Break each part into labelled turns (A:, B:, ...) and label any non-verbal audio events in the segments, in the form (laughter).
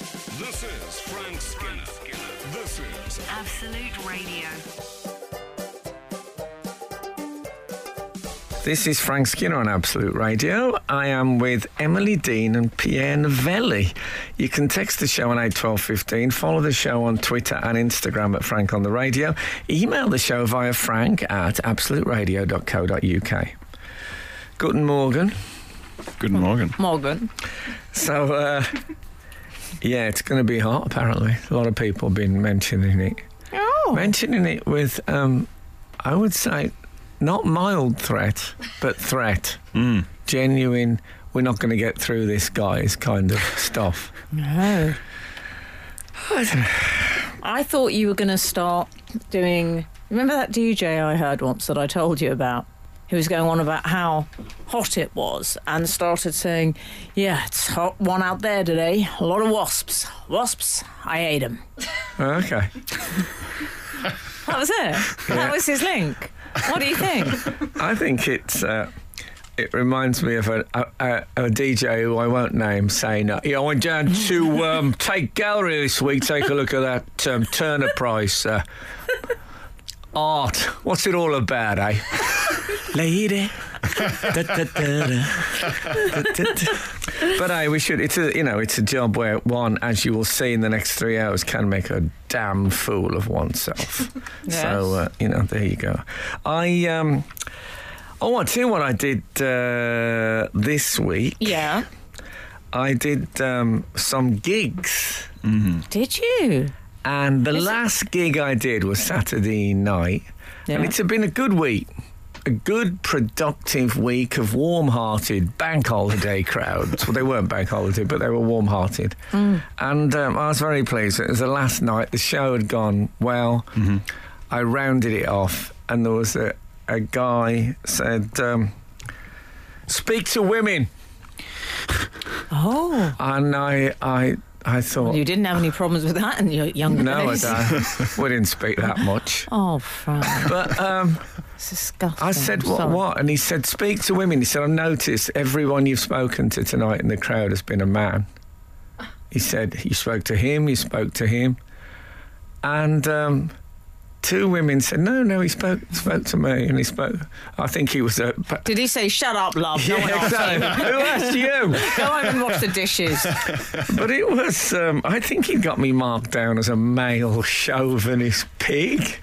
A: This is Frank Skinner. This is
B: Absolute Radio.
C: This is Frank Skinner on Absolute Radio. I am with Emily Dean and Pierre Novelli. You can text the show on 81215, follow the show on Twitter and Instagram at Frank on the Radio, email the show via frank at absoluteradio.co.uk. Guten Morgen.
D: Good morning.
E: Morgan.
C: So, uh, (laughs) yeah, it's going to be hot apparently. A lot of people have been mentioning it.
E: Oh.
C: Mentioning it with, um, I would say, not mild threat, but threat.
D: Hmm.
C: Genuine, we're not going to get through this, guys, kind of stuff. (laughs)
E: No. I thought you were going to start doing. Remember that DJ I heard once that I told you about? Who was going on about how hot it was and started saying, Yeah, it's hot one out there today. A lot of wasps. Wasps, I ate them.
C: Okay.
E: That was it. That was his link. What do you think?
C: (laughs) I think it's. Uh, it reminds me of a, a, a, a DJ who I won't name saying, uh, "Yeah, I went down to um, Tate Gallery this week. Take a look at that um, Turner Price uh, art. What's it all about, eh?" (laughs) Lady. Da, da, da, da. Da, da, da. But hey, we should. It's a you know, it's a job where one, as you will see in the next three hours, can make a damn fool of oneself. So uh, you know, there you go. I um. Oh, I tell you what I did uh, this week.
E: Yeah.
C: I did um, some gigs,
E: Did you?
C: and the last gig I did was Saturday night, and
E: Yeah.
C: it's been a good week, a good productive week of warm-hearted bank holiday (laughs) crowds. well, they weren't bank holiday, but they were warm-hearted,
E: Mm.
C: and um, I was very pleased. It was the last night. The show had gone well. I rounded it off, and there was a a guy said, um, "Speak to women."
E: Oh.
C: And I, I, I thought,
E: You didn't have any problems with that in your young
C: no, I
E: days. (laughs)
C: don't. we didn't speak that much.
E: Oh, Frank.
C: But um,
E: It's disgusting.
C: I said,
E: I'm
C: what,
E: sorry.
C: what? And he said, speak to women. He said, I've noticed everyone you've spoken to tonight in the crowd has been a man. He said, you spoke to him, you spoke to him. And um, two women said, no, no, he spoke, spoke to me. And he spoke, I think he was a...
E: Did he say, shut up, love? no
C: (laughs)
E: one
C: Yeah,
E: asked you."
C: exactly. Who asked you?
E: Go home and wash the dishes.
C: But it was, um, I think he got me marked down as a male chauvinist pig.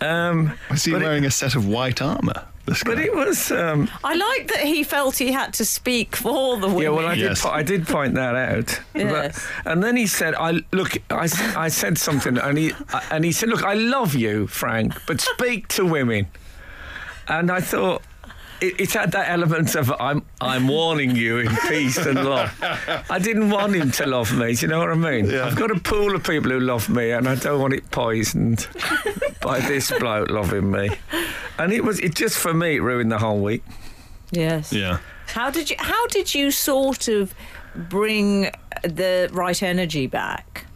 C: Um,
D: Is he
C: But it-
D: wearing a set of white armour? This
C: but
D: guy.
C: it was, um,
E: I like that he felt he had to speak for the women.
C: yeah, well, I,
D: Yes.
C: did, po- I did point that out. But-
E: Yes.
C: and then he said, I look, I, s- I said something, and he, and he said, Look, I love you, Frank, but speak to women. And I thought, it, it had that element of I'm I'm warning you in peace and love. I didn't want him to love me. Do you know what I mean? I've got a pool of people who love me, and I don't want it poisoned by this bloke loving me. And it was it just for me it ruined the whole week.
E: yes.
D: yeah.
E: How did you? How did you sort of bring the right energy back?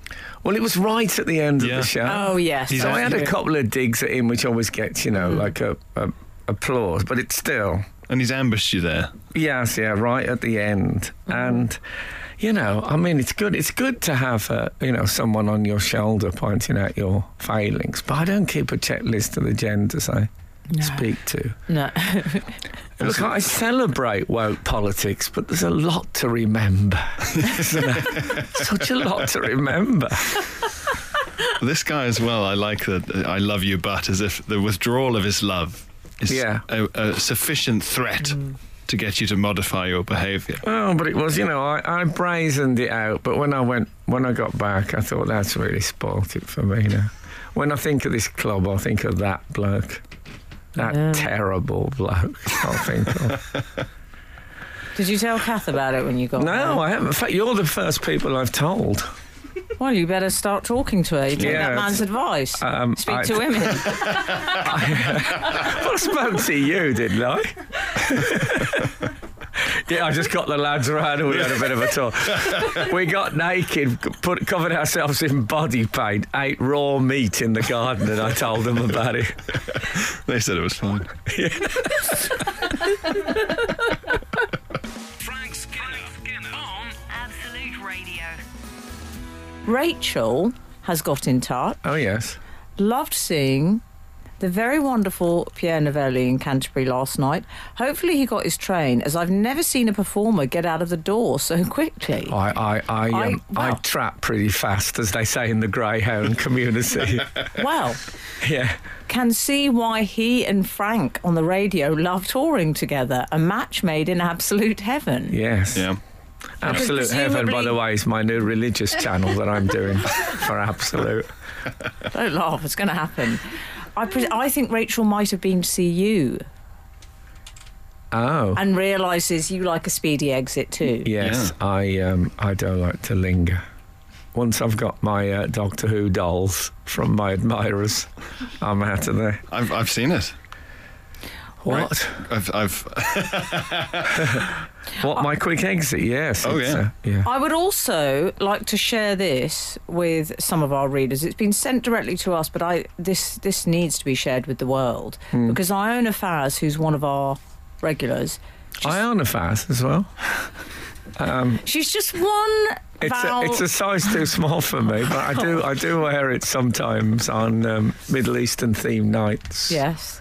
C: Well, it was right at the end of
D: Yeah.
C: the show.
E: Oh yes.
C: So I had a couple of digs at him, which always gets, you know, like a, a applause, but it's still,
D: And he's ambushed you there. (laughs)
C: yes, yeah, right at the end. And, you know, I mean, it's good. It's good to have, uh, you know, someone on your shoulder pointing out your failings, but I don't keep a checklist of the genders I speak to.
E: No.
C: Look, I celebrate woke politics, but there's a lot to remember. (laughs) isn't there? Such a lot to remember.
D: This guy as well. I like that. uh, I love you, but as if the withdrawal of his love is
C: Yeah. Mm.
D: a, a sufficient threat to get you to modify your behaviour.
C: Oh, but it was, you know, I, I brazened it out. But when I went, when I got back, I thought that's really spoilt it for me. Now, when I think of this club, I think of that bloke, that
E: Yeah.
C: terrible bloke. I think. Of.
E: Did you tell Kath about it when you got?
C: No, I haven't. In fact, you're the first people I've told. (laughs)
E: home? Well, you better start talking to her. You take
C: Yeah,
E: that man's advice.
C: Um,
E: Speak
C: I-
E: to women.
C: (laughs) I spoke to you, didn't I? (laughs) yeah, I just got the lads around and we had a bit of a talk. We got naked, put, covered ourselves in body paint, ate raw meat in the garden, and I told them about it.
D: They said it was fine.
A: Frank Skinner.
B: On Absolute Radio.
E: Rachel has got in touch,
C: Oh, yes.
E: loved seeing the very wonderful Pierre Novelli in Canterbury last night. Hopefully, he got his train, as I've never seen a performer get out of the door so (laughs) quickly.
C: I I I,
E: I-
C: um, I,
E: well-
C: trap pretty fast, as they say in the greyhound
E: (laughs)
C: community.
E: Well,
C: yeah.
E: can see why he and Frank on the radio love touring together. A match made in absolute heaven.
C: Yes.
D: Yeah.
C: Absolute Heaven, by
E: presumably-
C: the way, is my new religious channel that I'm
E: (laughs)
C: doing for Absolute.
E: Don't laugh, it's going to happen. I, pre- I think Rachel might have been to see you
C: Oh.
E: and realises you like a speedy exit too.
C: Yes, I um, I don't like to linger. Once I've got my uh, Doctor Who dolls from my admirers, I'm out of there.
D: I've, I've seen it.
C: What?
D: I've, I've
C: What? My quick exit? Yes.
D: Oh,
C: it's,
D: yeah.
C: uh, yeah.
E: I would also like to share this with some of our readers. It's been sent directly to us, but I this this needs to be shared with the world
C: Hmm.
E: because Iona Faz, who's one of our regulars,
C: I own a fast as well.
E: she's just one
C: It's a,
E: vowel.
C: it's a size too small for me, but I do I do wear it sometimes on um, Middle Eastern themed nights.
E: Yes.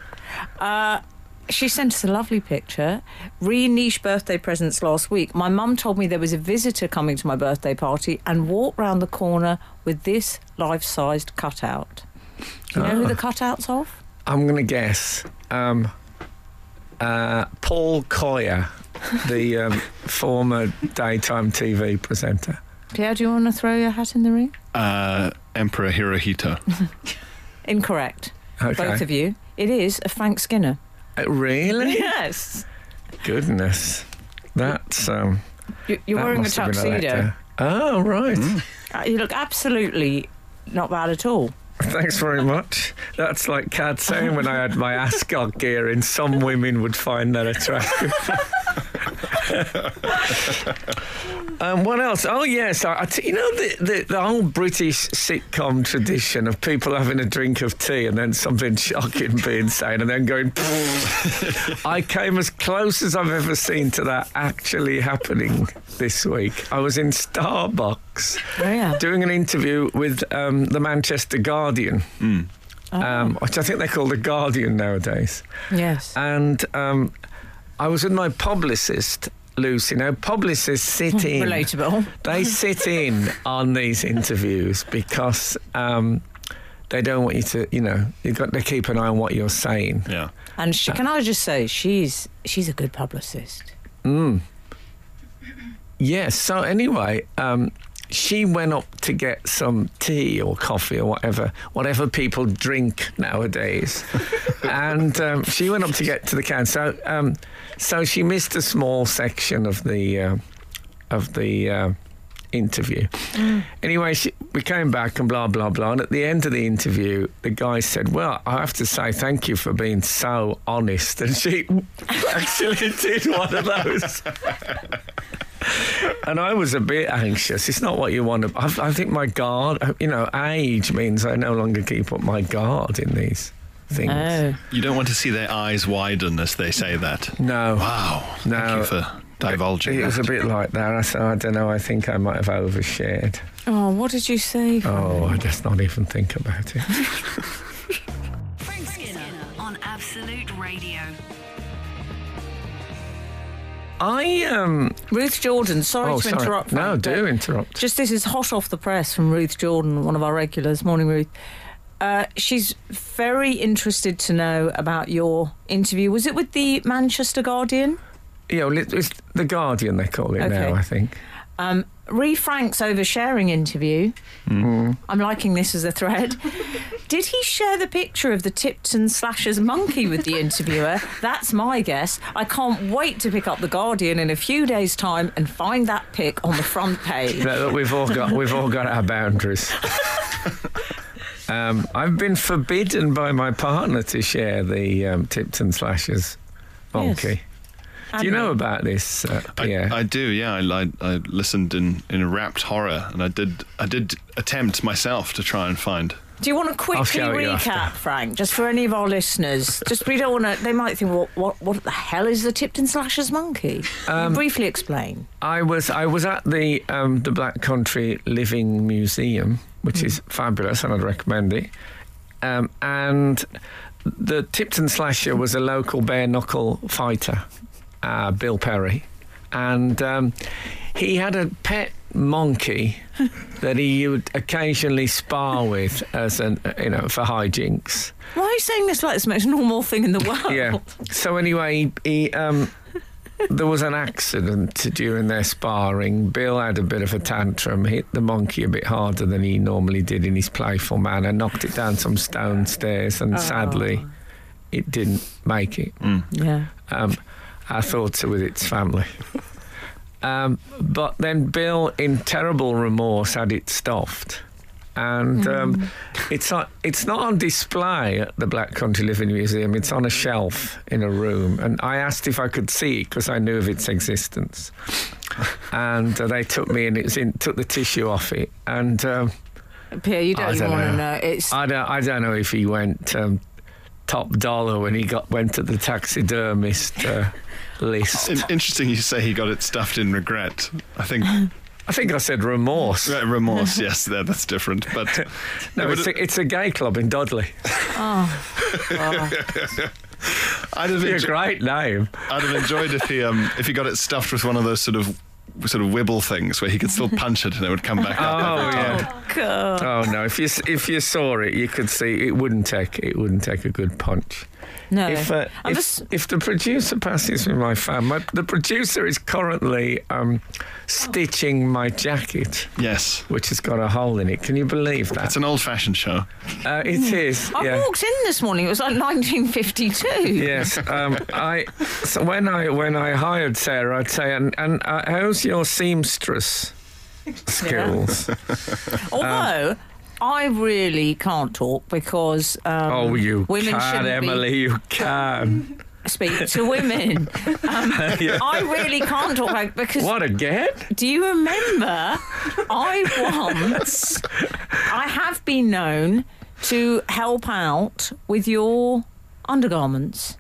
E: Uh, she sent us a lovely picture. Re niche birthday presents last week. My mum told me there was a visitor coming to my birthday party and walked round the corner with this life sized cutout. Do you know who the
C: Ah.
E: cutout's of?
C: I'm going to guess. Um, uh, Paul Coyer, the
E: (laughs)
C: um, former daytime TV presenter.
E: Pierre, do you want to throw your hat in the ring?
D: uh, Emperor Hirohito.
E: Incorrect.
C: Okay.
E: Both of you. It is a Frank Skinner.
C: Uh, really?
E: Yes.
C: Goodness. That's um.
E: You- You're
C: that
E: wearing a
C: must have been
E: tuxedo.
C: letter. Oh right.
E: Uh, You look absolutely not bad at all.
C: Thanks very much. That's like Cad saying when I had my ascot gear in, some women would find that attractive. (laughs) um, what else? Oh, yes. I, I t- you know, the, the, the whole British sitcom tradition of people having a drink of tea and then something shocking being said and then going, I came as close as I've ever seen to that actually happening this week. I was in Starbucks
E: Oh, yeah.
C: doing an interview with um, the Manchester Guardian, um, which I think they call the Guardian nowadays.
E: Yes.
C: And um, I was with my publicist, Lucy. Now, publicists sit in.
E: Relatable.
C: They sit in on these interviews because um, they don't want you to, you know, you've got to keep an eye on what you're saying.
D: Yeah.
E: And she, can I just say, she's she's a good publicist.
C: Yes. So anyway, um, she went up to get some tea or coffee or whatever, whatever people drink nowadays. and um, she went up to get to the can. So, um, so she missed a small section of the uh, of the uh, interview. Anyway, she, we came back and blah blah blah. And at the end of the interview, the guy said, "Well, I have to say thank you for being so honest." And she (laughs) actually did one of those. (laughs) And I was a bit anxious. It's not what you want to. I, I think my guard, you know, age means I no longer keep up my guard in these things.
E: Oh,
D: You don't want to see their eyes widen as they say that.
C: No.
D: Wow. Thank
C: No.
D: you for divulging.
C: It was a
D: that.
C: bit like that. I said, I don't know. I think I might have overshared.
E: oh what did you say?
C: Oh, I just not even think about it.
B: Frank Skinner on Absolute Radio.
C: I um.
E: Ruth Jordan, sorry
C: oh,
E: to
C: sorry.
E: interrupt.
C: no,
E: Frank,
C: do
E: but
C: interrupt.
E: Just this is hot off the press from Ruth Jordan, one of our regulars. Morning, Ruth. Uh, she's very interested to know about your interview. Was it with the Manchester Guardian?
C: You know, it- it's the Guardian they call it
E: Okay.
C: now. I think.
E: Um, Ree Frank's oversharing interview. I'm liking this as a thread. (laughs) Did he share the picture of the Tipton Slashers monkey with the interviewer? That's my guess. I can't wait to pick up The Guardian in a few days' time and find that pic on the front page.
C: Look, look, we've all got we've all got our
E: (laughs)
C: boundaries. um, I've been forbidden by my partner to share the um, Tipton Slashers monkey. Do you know about this, uh, Pierre?
D: I, I do, yeah. I, I, I listened in, in rapt horror, and I did I did attempt myself to try and find
E: Do you want to quickly
C: show you
E: recap,
C: after.
E: Frank, just for any of our listeners? Just we don't want to. They might think, what, what, what the hell is the Tipton Slashers monkey?
C: Um,
E: Briefly explain.
C: I was I was at the um, the Black Country Living Museum, which is fabulous, and I'd recommend it. Um, and the Tipton Slasher was a local bare knuckle fighter, uh, Bill Perry, and um, he had a pet monkey that he would occasionally spar with as an you know for hijinks.
E: Why are you saying this like it's the most normal thing in the world?
C: Yeah. So anyway, he, he um, there was an accident during their sparring. Bill had a bit of a tantrum, hit the monkey a bit harder than he normally did in his playful manner, knocked it down some stone stairs, and sadly, it didn't make it.
E: Yeah.
C: Um, our thoughts are with its family. Um, but then Bill, in terrible remorse, had it stuffed. And um, it's, not, it's not on display at the Black Country Living Museum, it's on a shelf in a room. And I asked if I could see it because I knew of its existence. and uh, they took me and it was in, took the tissue off it. And um,
E: Pierre, you don't,
C: I
E: even
C: don't
E: want to
C: know.
E: know. It's (laughs)
C: I, don't, I don't know if he went um, top dollar when he got went to the taxidermist uh, list.
D: In- interesting you say he got it stuffed in regret. I think
C: (laughs) I think I said remorse.
D: re- remorse, yes, there, that's different. But
C: (laughs) No,
D: I
C: it's
D: would-
C: a, it's a gay club in
D: (laughs)
C: Dudley.
E: Oh.
C: (laughs)
D: I'd have
C: It's
D: enjo-
C: a great name.
D: I'd have enjoyed if he um, if he got it stuffed with one of those sort of sort of wibble things where he
C: (laughs)
D: could still punch it and it would come back up.
C: Oh
D: every time.
C: yeah.
E: God.
C: Oh no. If you s- if you saw it, you could see it wouldn't take it wouldn't take a good punch.
E: No.
C: If uh,
E: I'm
C: if,
E: just.
C: if the producer passes me my fan, my, the producer is currently um, stitching my jacket,
D: Yes.
C: which has got a hole in it. Can you believe
D: It's
C: that?
D: an old fashioned show.
C: Uh,
E: Mm.
C: it is.
E: I
C: yeah.
E: walked in this morning. It was like 1952.
C: Yes, um, I. So when I when I hired Sarah, I'd say, and and uh, how's your
E: (laughs)
C: seamstress skills? uh,
E: Although I really can't talk because um,
C: Oh, you
E: women
C: can,
E: shouldn't
C: Emily. You can.
E: be speak
C: (laughs)
E: to women. Um, I really can't talk like because
C: what again?
E: do you remember? I once I have been known to help out with your undergarments.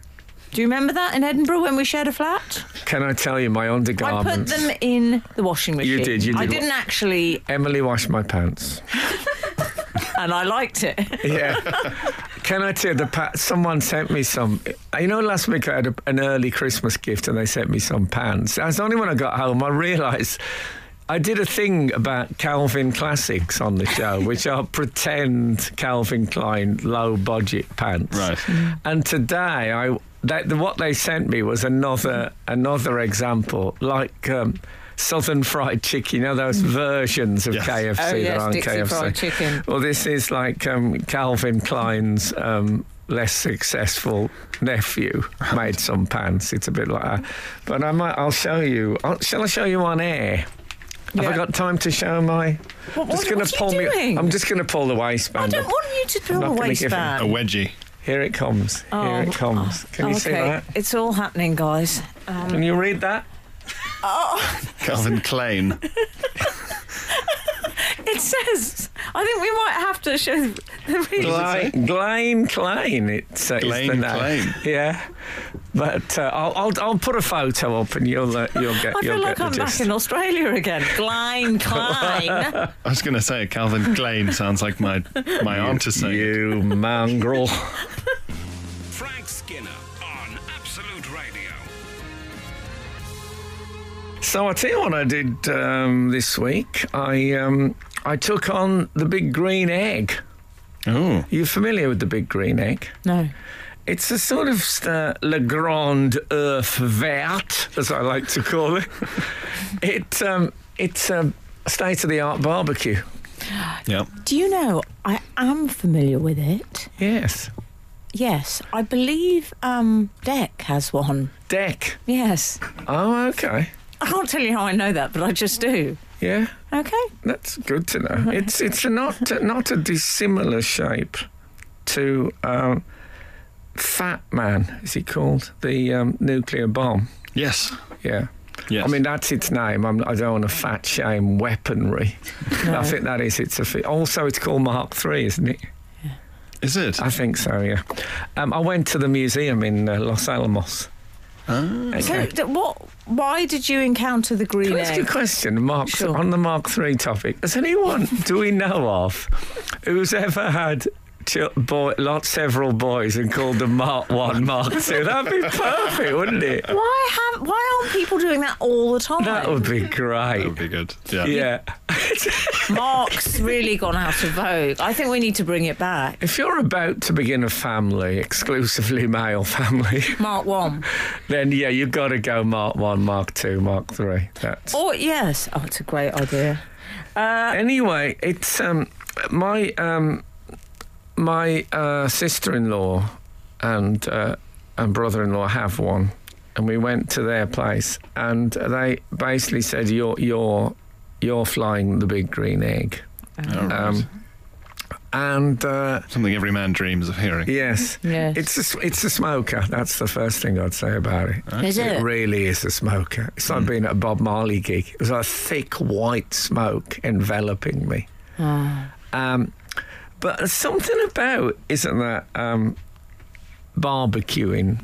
E: Do you remember that in Edinburgh when we shared a flat?
C: Can I tell you my undergarments?
E: I put them in the washing machine.
C: You did, you
E: I
C: did.
E: didn't actually,
C: Emily washed my pants.
E: and I liked it.
C: Yeah. Can I tell you the pa- someone sent me some? You know, last week I had a, an early Christmas gift and they sent me some pants. That's only when I got home I realised. I did a thing about Calvin classics on the show, which
D: (laughs)
C: are pretend Calvin Klein low budget pants.
D: Right.
E: Mm-hmm.
C: And today, I that, what they sent me was another another example, like um, Southern Fried Chicken. You know those versions of
D: Yes.
C: KFC
E: Oh,
C: that
E: yes,
C: aren't
E: Dixie
C: KFC.
E: Fried Chicken.
C: Well, this is like um, Calvin Klein's um, less successful
E: (laughs)
C: nephew made some pants. It's a bit like that. But I might, I'll show you. i shall I show you on air? Have I
E: Yeah.
C: got time to show my?
E: What,
C: just
E: what-
C: gonna
E: what are
C: pull
E: you
C: me.
E: doing?
C: I'm just going to pull the
E: I
C: waistband.
E: don't
C: up.
E: want you to
C: I'm
E: throw
C: not
E: a
C: gonna give him
D: A
E: waistband.
D: wedgie.
C: Here it comes. Here it comes. Can you
E: Oh. okay.
C: see that?
E: It's all happening, guys.
C: Can you read that?
D: Calvin Klein.
E: It says, I think we might have to show the reason.
C: Glane, Glane Klein. It's uh, is
D: Glane
C: the name.
D: Klein.
C: Yeah, but uh, I'll, I'll I'll put a photo up and you'll uh, you'll get
E: I
C: you'll
E: feel like
C: get
E: I'm
C: the
E: back
C: gist.
E: in
C: (laughs)
E: Australia again. Klein, Klein.
D: I was going to say Calvin Klein sounds like my
C: (laughs)
D: my aunt is saying. it.
C: you (laughs) mongrel.
A: Frank Skinner on Absolute Radio.
C: So I tell you what I did um, this week. I um, I took on the big green egg.
D: Oh,
C: You familiar with the big green egg?
E: (laughs) no.
C: It's a sort of uh, Le Grand Earth Vert, as I like to call (laughs) it. it um, it's a state of the art barbecue.
D: yeah.
E: Do you know, I am familiar with it.
C: Yes.
E: Yes, I believe um, Deck has one.
C: Deck.
E: Yes.
C: Oh, okay.
E: I can't tell you how I know that, but I just do.
C: Yeah,
E: Okay.
C: that's good to know. It's it's not not a dissimilar shape to um, Fat Man, is he called the um, nuclear bomb?
D: Yes.
C: Yeah.
D: Yes.
C: I mean, that's its name. I'm, I don't want to fat shame weaponry. I think that is its official. Also, it's called Mark III, isn't it?
D: Is it?
C: I think so, yeah. Um, I went to the museum in uh, Los Alamos.
E: So,
C: Okay.
E: d- what? Why did you encounter the green
C: Can I ask you a
E: egg?
C: question, Mark,
E: Sure.
C: on the Mark Three topic? Does anyone do we know of who's ever had chil- boy, lot several boys and called them Mark One, Mark Two? That'd be perfect, wouldn't it?
E: Why have? Why aren't people doing that all the time?
C: That would be
D: That
C: great.
D: would be good. Yeah.
C: Yeah. (laughs)
E: Mark's really gone out of vogue. I think we need to bring it back.
C: If you're about to begin a family, exclusively male family, (laughs)
E: Mark one.
C: then yeah, you've got to go Mark One, Mark Two, Mark Three. That's
E: Or yes. Oh, it's a great idea. Uh,
C: anyway, it's um, my um, my uh, sister-in-law and uh, and brother-in-law have one, and we went to their place, and they basically said, "You're you're you're flying the big green egg,"
D: All right.
C: um, and uh,
D: Something every man dreams of hearing.
C: yes.
E: Yes.
C: It's a, s- it's a smoker. That's the first thing I'd say about it.
E: Is it?
C: really is a smoker. It's like being at a Bob Marley gig. It was like thick white smoke enveloping me. Um, but there's something about, isn't that, um, barbecuing,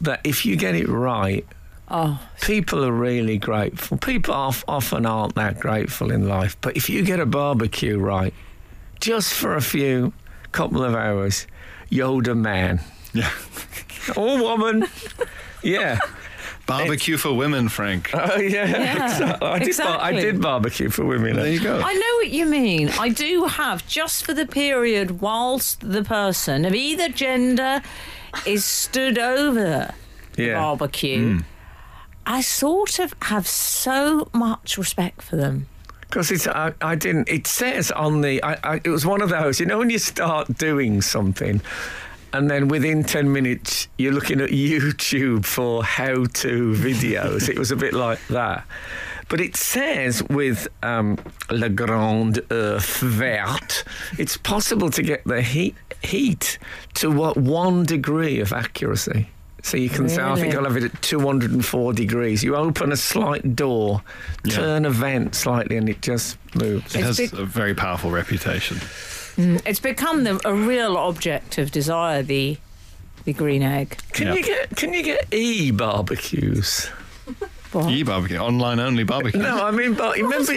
C: that if you get it right,
E: oh,
C: people are really grateful. People of- often aren't that grateful in life, but if you get a barbecue right, just for a few couple of hours, Yoda man
D: Yeah.
C: or woman, yeah.
D: Barbecue for women, Frank.
C: Oh yeah, (laughs)
E: Yeah,
C: exactly. I, did bar- I
E: exactly.
C: did barbecue for women.
D: There you go.
E: I know what you mean. I do have just for the period whilst the person of either gender is stood over the
C: Yeah. Mm.
E: barbecue. I sort of have so much respect for them.
C: Because it's I, I didn't. It says on the. I, I, it was one of those. You know when you start doing something, and then within ten minutes you're looking at YouTube for how-to videos. it was a bit like that. But it says with um, Le Grand Earth Verte, it's possible to get the heat heat to what one degree of accuracy. So you can say, I think
E: Really?
C: I'll have it at 204 degrees. You open a slight door,
D: Yeah.
C: turn a vent slightly, and it just moves.
D: It
E: It's
D: has
E: big-
D: a very powerful reputation.
E: It's become the, a real object of desire. The the green egg.
C: Can
D: Yeah.
C: you get can you get e barbecues?
D: E barbecue, online only barbecue.
C: No, I mean, but remember,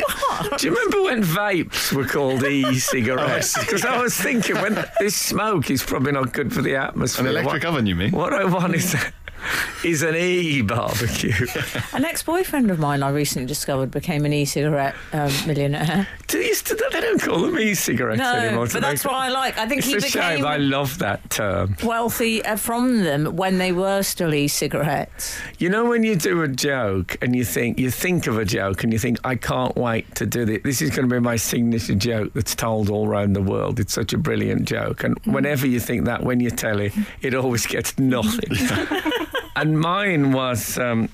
C: do you remember when vapes were called e-cigarettes? Because I was thinking, when this smoke is probably not good for the
D: An
C: atmosphere.
D: electric
C: what,
D: oven, you mean?
C: what I want is is an
D: (laughs)
C: e-barbecue.
E: An ex-boyfriend of mine, I recently discovered, became an e-cigarette um, millionaire.
C: Do you still, they don't call them e-cigarettes
E: No,
C: anymore.
E: but
C: do
E: that's
C: they?
E: what I like. I think
C: It's
E: he
C: a
E: became
C: shame. I love that term.
E: wealthy uh, from them when they were still e-cigarettes.
C: You know when you do a joke and you think you think of a joke and you think I can't wait to do this. This is going to be my signature joke that's told all around the world. It's such a brilliant joke, and whenever you think that, when you tell it, it always gets nothing. and mine was. Um,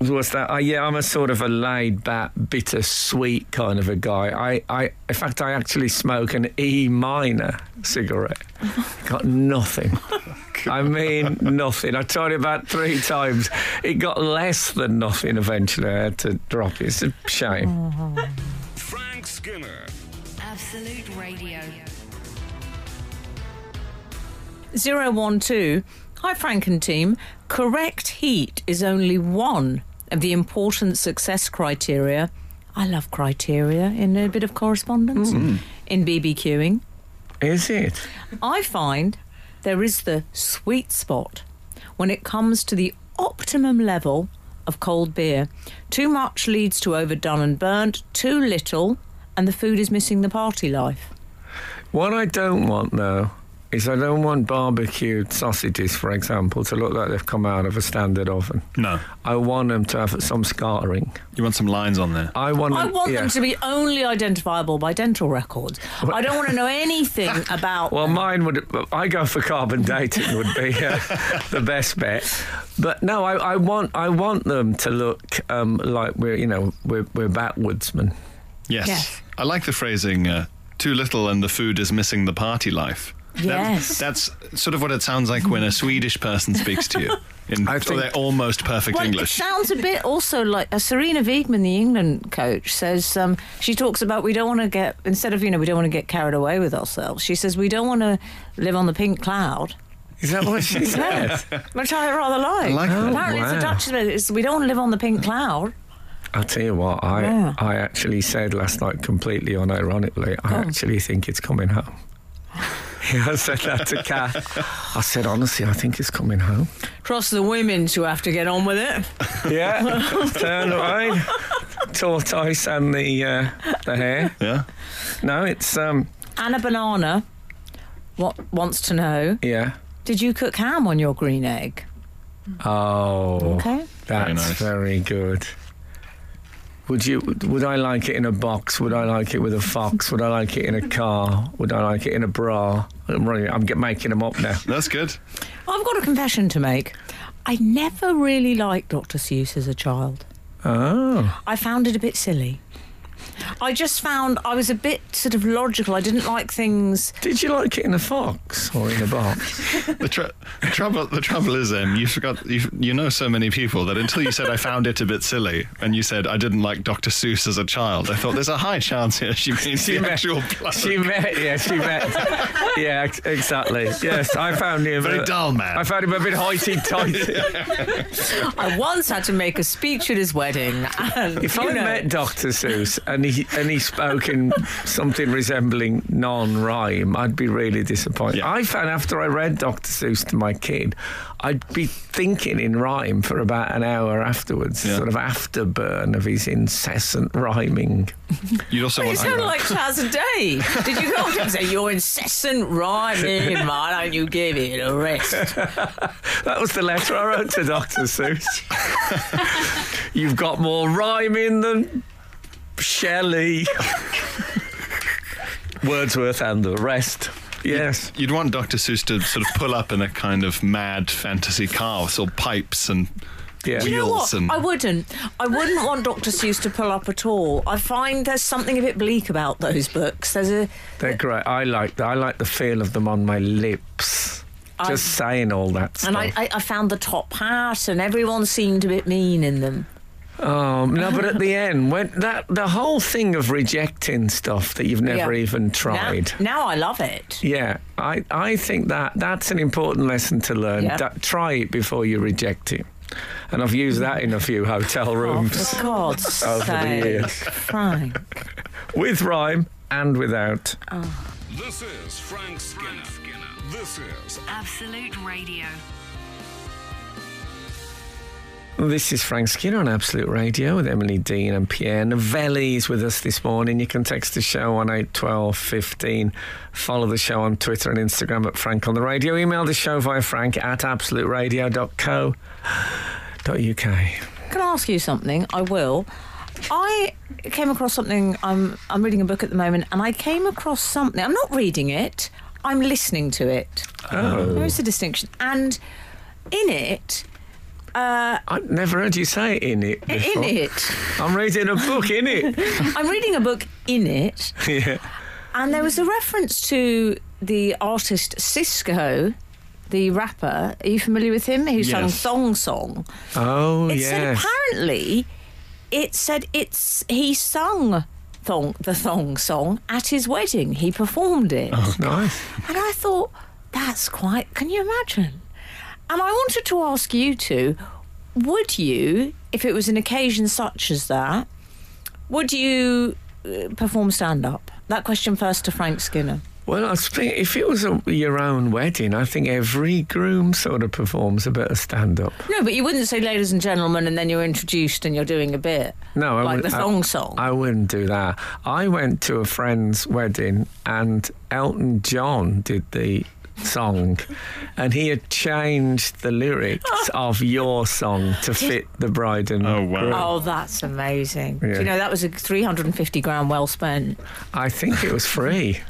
C: was that? I yeah, I'm a sort of a laid back, bitter sweet kind of a guy. I, I, in fact, I actually smoke an E minor cigarette. Got nothing. I mean, nothing. I tried it about three times. It got less than nothing eventually. I had to drop it. It's a
E: Mm.
C: shame.
A: Frank Skinner.
B: Absolute Radio.
E: Zero one two. Hi, Frank and team. Correct heat is only one of the important success criteria. I love criteria in a bit of correspondence
C: Mm.
E: in BBQing.
C: Is it?
E: I find there is the sweet spot when it comes to the optimum level of cold beer. Too much leads to overdone and burnt, too little, and the food is missing the party life.
C: What I don't want, though, is I don't want barbecued sausages, for example, to look like they've come out of a standard oven.
D: No.
C: I want them to have some scarring.
D: You want some lines on there.
C: I want.
E: I want
C: Mm, yeah.
E: them to be only identifiable by dental records. I don't want to know anything
C: (laughs)
E: about.
C: Well, mine would. I go for carbon dating would be uh,
E: (laughs)
C: the best bet. But no, I, I want I want them to look um, like we're you know we're we're backwoodsmen.
D: Yes.
E: Yes.
D: I like the phrasing uh, too little and the food is missing the party life. That-
E: Yes.
D: that's sort of what it sounds like when a Swedish person speaks
C: (laughs)
D: to you in
C: I think-
D: their almost perfect
E: Well, it
D: English.
E: sounds a bit also like uh, Serena Wiegman, the England coach, says um, she talks about we don't want to get instead of you know we don't want to get carried away with ourselves. She says we don't want to live on the pink cloud,
C: Is that what she said?
E: which I rather like.
D: I like that.
E: Apparently, it's
C: Wow.
E: a Dutch expression. It's, we don't want to live on the pink cloud.
C: I'll tell you what, I,
E: Yeah.
C: I actually said last night, completely unironically, I actually think it's coming home. (laughs) Yeah, I said that to Kat. I said, honestly, I think it's coming home.
E: Trust the women to have to get on with it.
C: Yeah, (laughs) turn away. Tortoise and the uh, the hare.
D: Yeah.
C: No, it's um
E: Anna Banana wa- wants to know:
C: yeah.
E: Did you cook ham on your green egg?
C: Oh,
E: Okay.
C: that's very,
D: Very nice.
C: good. Would you? Would I like it in a box? Would I like it with a fox? Would I like it in a car? Would I like it in a bra? I'm, running, I'm get, making them up now.
D: That's good.
E: I've got a confession to make. I never really liked Dr. Seuss as a child.
C: Oh,
E: I found it a bit silly. I just found I was a bit sort of logical. I didn't like things.
C: did you like it in a fox or in a box?
D: The, tr- the trouble, the trouble is, Em, you forgot. You, you know so many people that until you said I found it a bit silly, and you said I didn't like Dr. Seuss as a child. I thought there's a high chance here she
C: (laughs)
D: means the actual
C: (laughs)
D: bloke.
C: She met. Yeah, she met. (laughs) yeah, ex- exactly. Yes, I found him
D: Very
C: a-
D: dull man.
C: I found him a bit hoity-toity.
E: I once had to make a speech at his wedding. And,
C: If
E: you
C: I
E: know,
C: met Dr. Seuss and he and he spoke (laughs) in something resembling non-rhyme, I'd be really disappointed.
D: Yeah.
C: I found after I read Dr. Seuss to my kid, I'd be thinking in rhyme for about an hour afterwards,
D: Yeah.
C: sort of afterburn of his incessant rhyming.
D: You'd also
E: You
D: want
E: sound like Charles a Day. Did you go up to him and say, Your incessant rhyming, why don't you give it a
C: (laughs)
E: rest?
C: That was the letter I wrote to Dr. (laughs) Seuss. You've got more rhyming than Shelley, Wordsworth, and the rest. Yes.
D: You'd want Dr. Seuss to sort of pull up in a kind of mad fantasy car with all pipes and
C: Yeah.
E: You know what?
D: wheels and
E: I wouldn't. I wouldn't want Dr. Seuss to pull up at all. I find there's something a bit bleak about those books. There's a.
C: They're great. I like I like the feel of them on my lips.
E: I-
C: Just saying all that stuff.
E: And I, I, I found the top hat, and everyone seemed a bit mean in them.
C: um, no, but at the end, when that the whole thing of rejecting stuff that you've never
E: Yeah.
C: even
E: Now,
C: tried.
E: now I love it.
C: Yeah, I, I think that that's an important lesson to learn.
E: Yeah.
C: That- try it before you reject it. And I've used that in a few
E: Oh.
C: hotel
E: (laughs)
C: rooms
E: For
C: (laughs)
E: God's
C: over the
E: sake.
C: years.
E: Frank.
C: With rhyme and without.
A: This is Frank Skinner. This is
B: Absolute Radio.
C: This is Frank Skinner on Absolute Radio with Emily Dean and Pierre Novelli is with us this morning. You can text the show on 81215. Follow the show on Twitter and Instagram at Frank on the Radio. Email the show via frank at absoluteradio.co.uk.
E: Can I ask you something? I will. I came across something. I'm I'm reading a book at the moment, and I came across something. I'm not reading it. I'm listening to it.
C: Oh.
E: There is a distinction, and in it, uh,
C: I've never heard you say in it before.
E: in it,
C: I'm reading a book, in it.
E: I'm reading a book. In it,
C: (laughs) yeah.
E: And there was a reference to the artist Cisco, the rapper. Are you familiar with him? Who sung
D: Yes.
E: Thong Song.
C: Oh,
E: It said
C: yes.
E: apparently, it said it's he sung thong, the Thong Song at his wedding. He performed it.
C: Oh. Nice.
E: And I thought, that's quite. Can you imagine? And I wanted to ask you two would you, if it was an occasion such as that, would you uh, perform stand up? That question first to Frank Skinner.
C: Well, I think if it was a, your own wedding, I think every groom sort of performs a bit of stand up.
E: No, but you wouldn't say, ladies and gentlemen, and then you're introduced and you're doing a bit.
C: No, I
E: Like
C: wouldn't-
E: the
C: I-
E: thong song.
C: I wouldn't do that. I went to a friend's wedding and Elton John did the song and he had changed the lyrics
E: (laughs)
C: of your song to fit the bride and
D: Oh, wow.
C: groom.
E: Oh, that's amazing. Do
C: Yeah.
E: you know that was a 350 grand well spent?
C: I think it was free.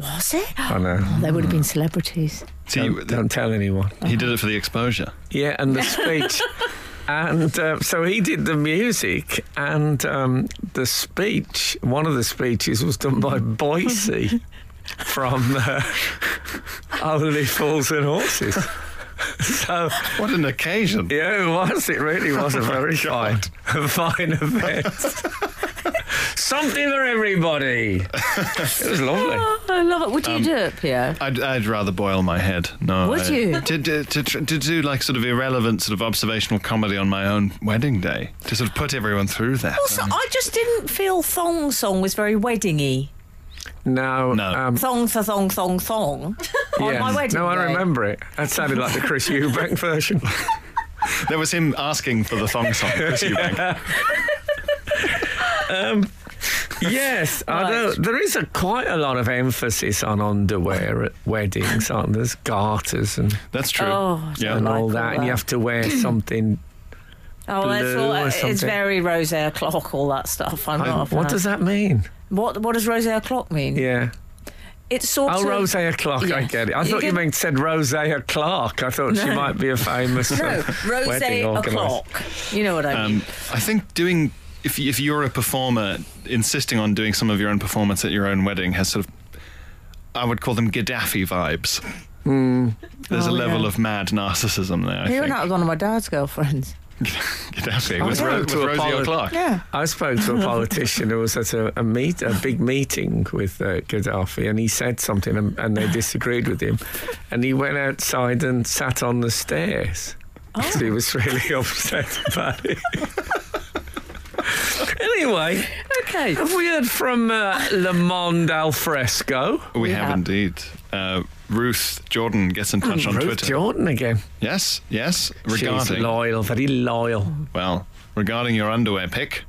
E: Was it?
C: I know.
E: They would have been celebrities.
D: See,
C: Don't, don't tell anyone.
D: he did it for the exposure.
C: Yeah, and the speech.
E: (laughs)
C: And uh, so he did the music
E: (laughs)
C: and um, the speech. One of the speeches was done by Boise. from uh, Only Fools and Horses. so,
D: What an occasion.
C: yeah, it was. It really was a
E: Oh
C: very fine,
D: God.
C: a fine event. Something for everybody. It was lovely.
E: Oh, I love it. Would
C: Um,
E: you do it, Pierre?
D: I'd, I'd rather boil my head. No,
E: Would
D: I-
E: you?
D: to, to, to tr- to do like sort of irrelevant sort of observational comedy on my own wedding day to sort of put everyone through that.
E: Also,
C: um,
E: I just didn't feel thong song was very weddingy.
C: No,
D: No.
C: Um,
E: Thong for thong thong thong. On
C: yeah.
E: my wedding
C: no,
E: day.
C: I remember it. That sounded like the Chris Eubank version.
D: There was him asking for the thong song.
E: (laughs)
D: Chris Eubank.
C: Yes, I
E: Right.
C: don't, there is a quite a lot of emphasis on underwear at weddings. Aren't there? There's garters and,
D: That's true.
E: Oh, I
C: and
E: like
C: all
E: all
C: that, and you
E: that.
C: have to
E: (clears throat)
C: wear something.
E: Oh, that's
C: Blue
E: all,
C: or
E: it's
C: something.
E: very Rosair Clock, all that stuff. I'm not. a fan.
C: what does that mean?
E: what what does Rosair Clock mean?
C: Yeah.
E: It's sort
C: Oh,
E: of
C: Rosa Clark. I
E: Yeah.
C: get it. I
E: You
C: thought you
E: get-
C: meant said Rosa Clark. I thought she
E: No.
C: might be a famous uh,
E: (laughs) no
C: (laughs) wedding
E: Rosair
C: organiser.
E: Clock. You know what I mean?
D: Um, I think doing if if you're a performer, insisting on doing some of your own performance at your own wedding has sort of I would call them Gaddafi vibes. There's
E: Oh,
D: a level
E: yeah.
D: of mad narcissism there. I
E: You were
D: think.
E: not Oh, one of my
C: (laughs)
E: dad's girlfriends.
D: Gaddafi with,
C: I
D: Ro-
C: spoke
D: with
C: to a
D: Rosie
C: poli-
D: O'Clock.
E: Yeah.
C: I spoke to a politician who was at a, a meet, a big meeting with uh, Gaddafi, and he said something, and, and they disagreed with him, and he went outside and sat on the stairs because he was really (laughs) upset about it. anyway,
E: Okay.
C: have we heard from uh, Le Monde Alfresco?
D: We
E: Yeah. Mm,
D: have indeed. Uh, Ruth Jordan gets in touch on
C: Ruth
D: Twitter.
C: Jordan again.
D: yes, yes.
C: She's
D: Regarding
C: loyal, very loyal.
D: well, regarding your underwear pick.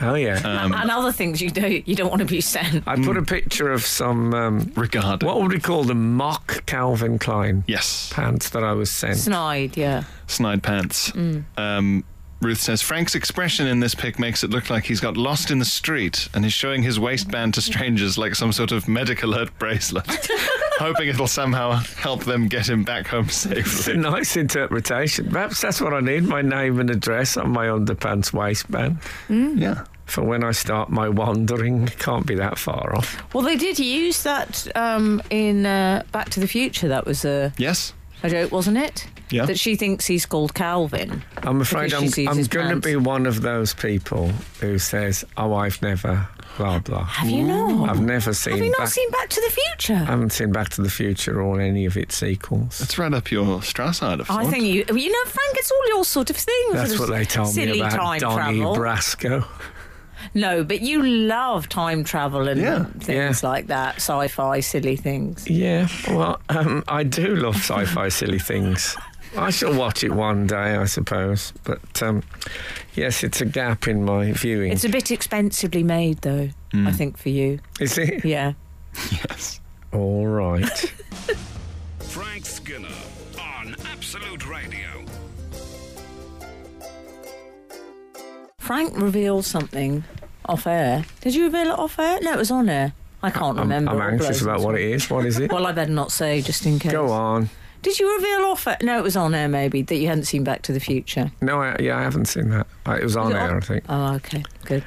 C: Oh yeah.
D: Uh,
E: and other things you do you don't want to be sent.
C: I put a picture of some um,
D: mm. Regarding
C: what would we call them mock Calvin Klein
D: yes,
C: pants that I was sent.
E: Snide, yeah.
D: snide pants.
E: Mm.
D: Um, Ruth says Frank's expression in this pic makes it look like he's got lost in the street and is showing his waistband to strangers like some sort of medic alert bracelet,
E: (laughs)
D: hoping it'll somehow help them get him back home
C: It's a
D: safely.
C: nice interpretation. Perhaps that's what I need my name and address on my underpants waistband
E: Mm,
D: Yeah.
C: for when I start my wandering. Can't be that far off.
E: Well, they did use that um, in uh, Back to the Future. That was a,
D: Yes.
E: a joke, wasn't it?
D: Yeah.
E: That she thinks he's called Calvin.
C: I'm afraid
E: she
C: I'm,
E: sees
C: I'm
E: his
C: going to
E: pants.
C: be one of those people who says, Oh, I've never, blah, blah.
E: Have you not?
C: I've never seen
E: Have you not
C: back,
E: seen Back to the
C: I
E: Future?
C: haven't seen Back to the Future or any of its sequels.
D: That's right up your Strauss side of
E: Oh, I
D: thought.
E: think you, you know, Frank, it's all your sort of thing.
C: That's what
E: sort of
C: they told
E: silly
C: me about
E: time
C: Donnie
E: travel.
C: Brasco.
E: no, but you love time travel and
D: Yeah.
E: things
C: Yeah.
E: like that, sci fi, silly things.
C: Yeah, well, um, I do love sci-fi silly things. I shall watch it one day, I suppose. But um, yes, it's a gap in my viewing.
E: It's a bit expensively made, though,
C: Hmm.
E: I think, for you.
C: Is it?
E: Yeah.
D: Yes.
C: All right.
E: (laughs)
A: Frank Skinner on Absolute Radio.
E: Frank revealed something off air. Did you reveal it off air? No, it was on air. I can't
C: I'm,
E: remember.
C: I'm
E: all
C: anxious
E: those.
C: about what it is. What is
E: (laughs)
C: it?
E: Well, I better not say just in case.
C: Go on.
E: Did you reveal off air? No, it was on air maybe that you hadn't seen Back to the Future.
C: No, I, yeah, I haven't seen that. I, it was on
E: it
C: air,
E: on-
C: I think.
E: Oh, okay, good.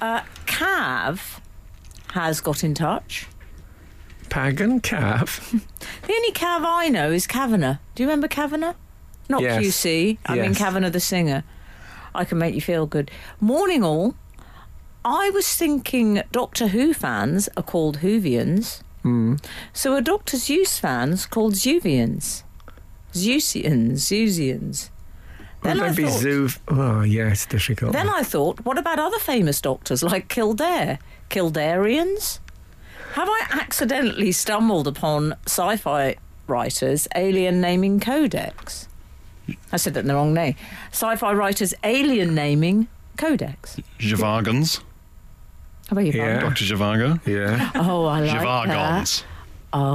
E: Uh, Cav has got in touch.
C: Pagan Cav.
E: The only Cav I know is Kavanagh. Do you remember Kavanagh? Not
C: Yes.
E: QC. I mean
C: Yes.
E: Kavanagh the singer. I can make you feel good. Morning all. I was thinking Doctor Who fans are called Whovians.
C: Hmm.
E: So are Doctor Zeus fans called Zeuvians? Zeusians, Zeusians. (laughs) Then I
C: Maybe
E: thought-
C: Zoo. Oh, yeah, it's difficult.
E: Then I thought, what about other famous doctors like Kildare? Kildarians? Have I accidentally stumbled upon sci fi writers' alien naming codex? I said that in the wrong name. Sci fi writers' alien naming codex.
D: Zhivargans.
E: How about you,
C: Yeah.
E: Barney?
D: Dr. Zhivago.
C: yeah.
E: (laughs) Oh, I like that.
D: Zhivargons.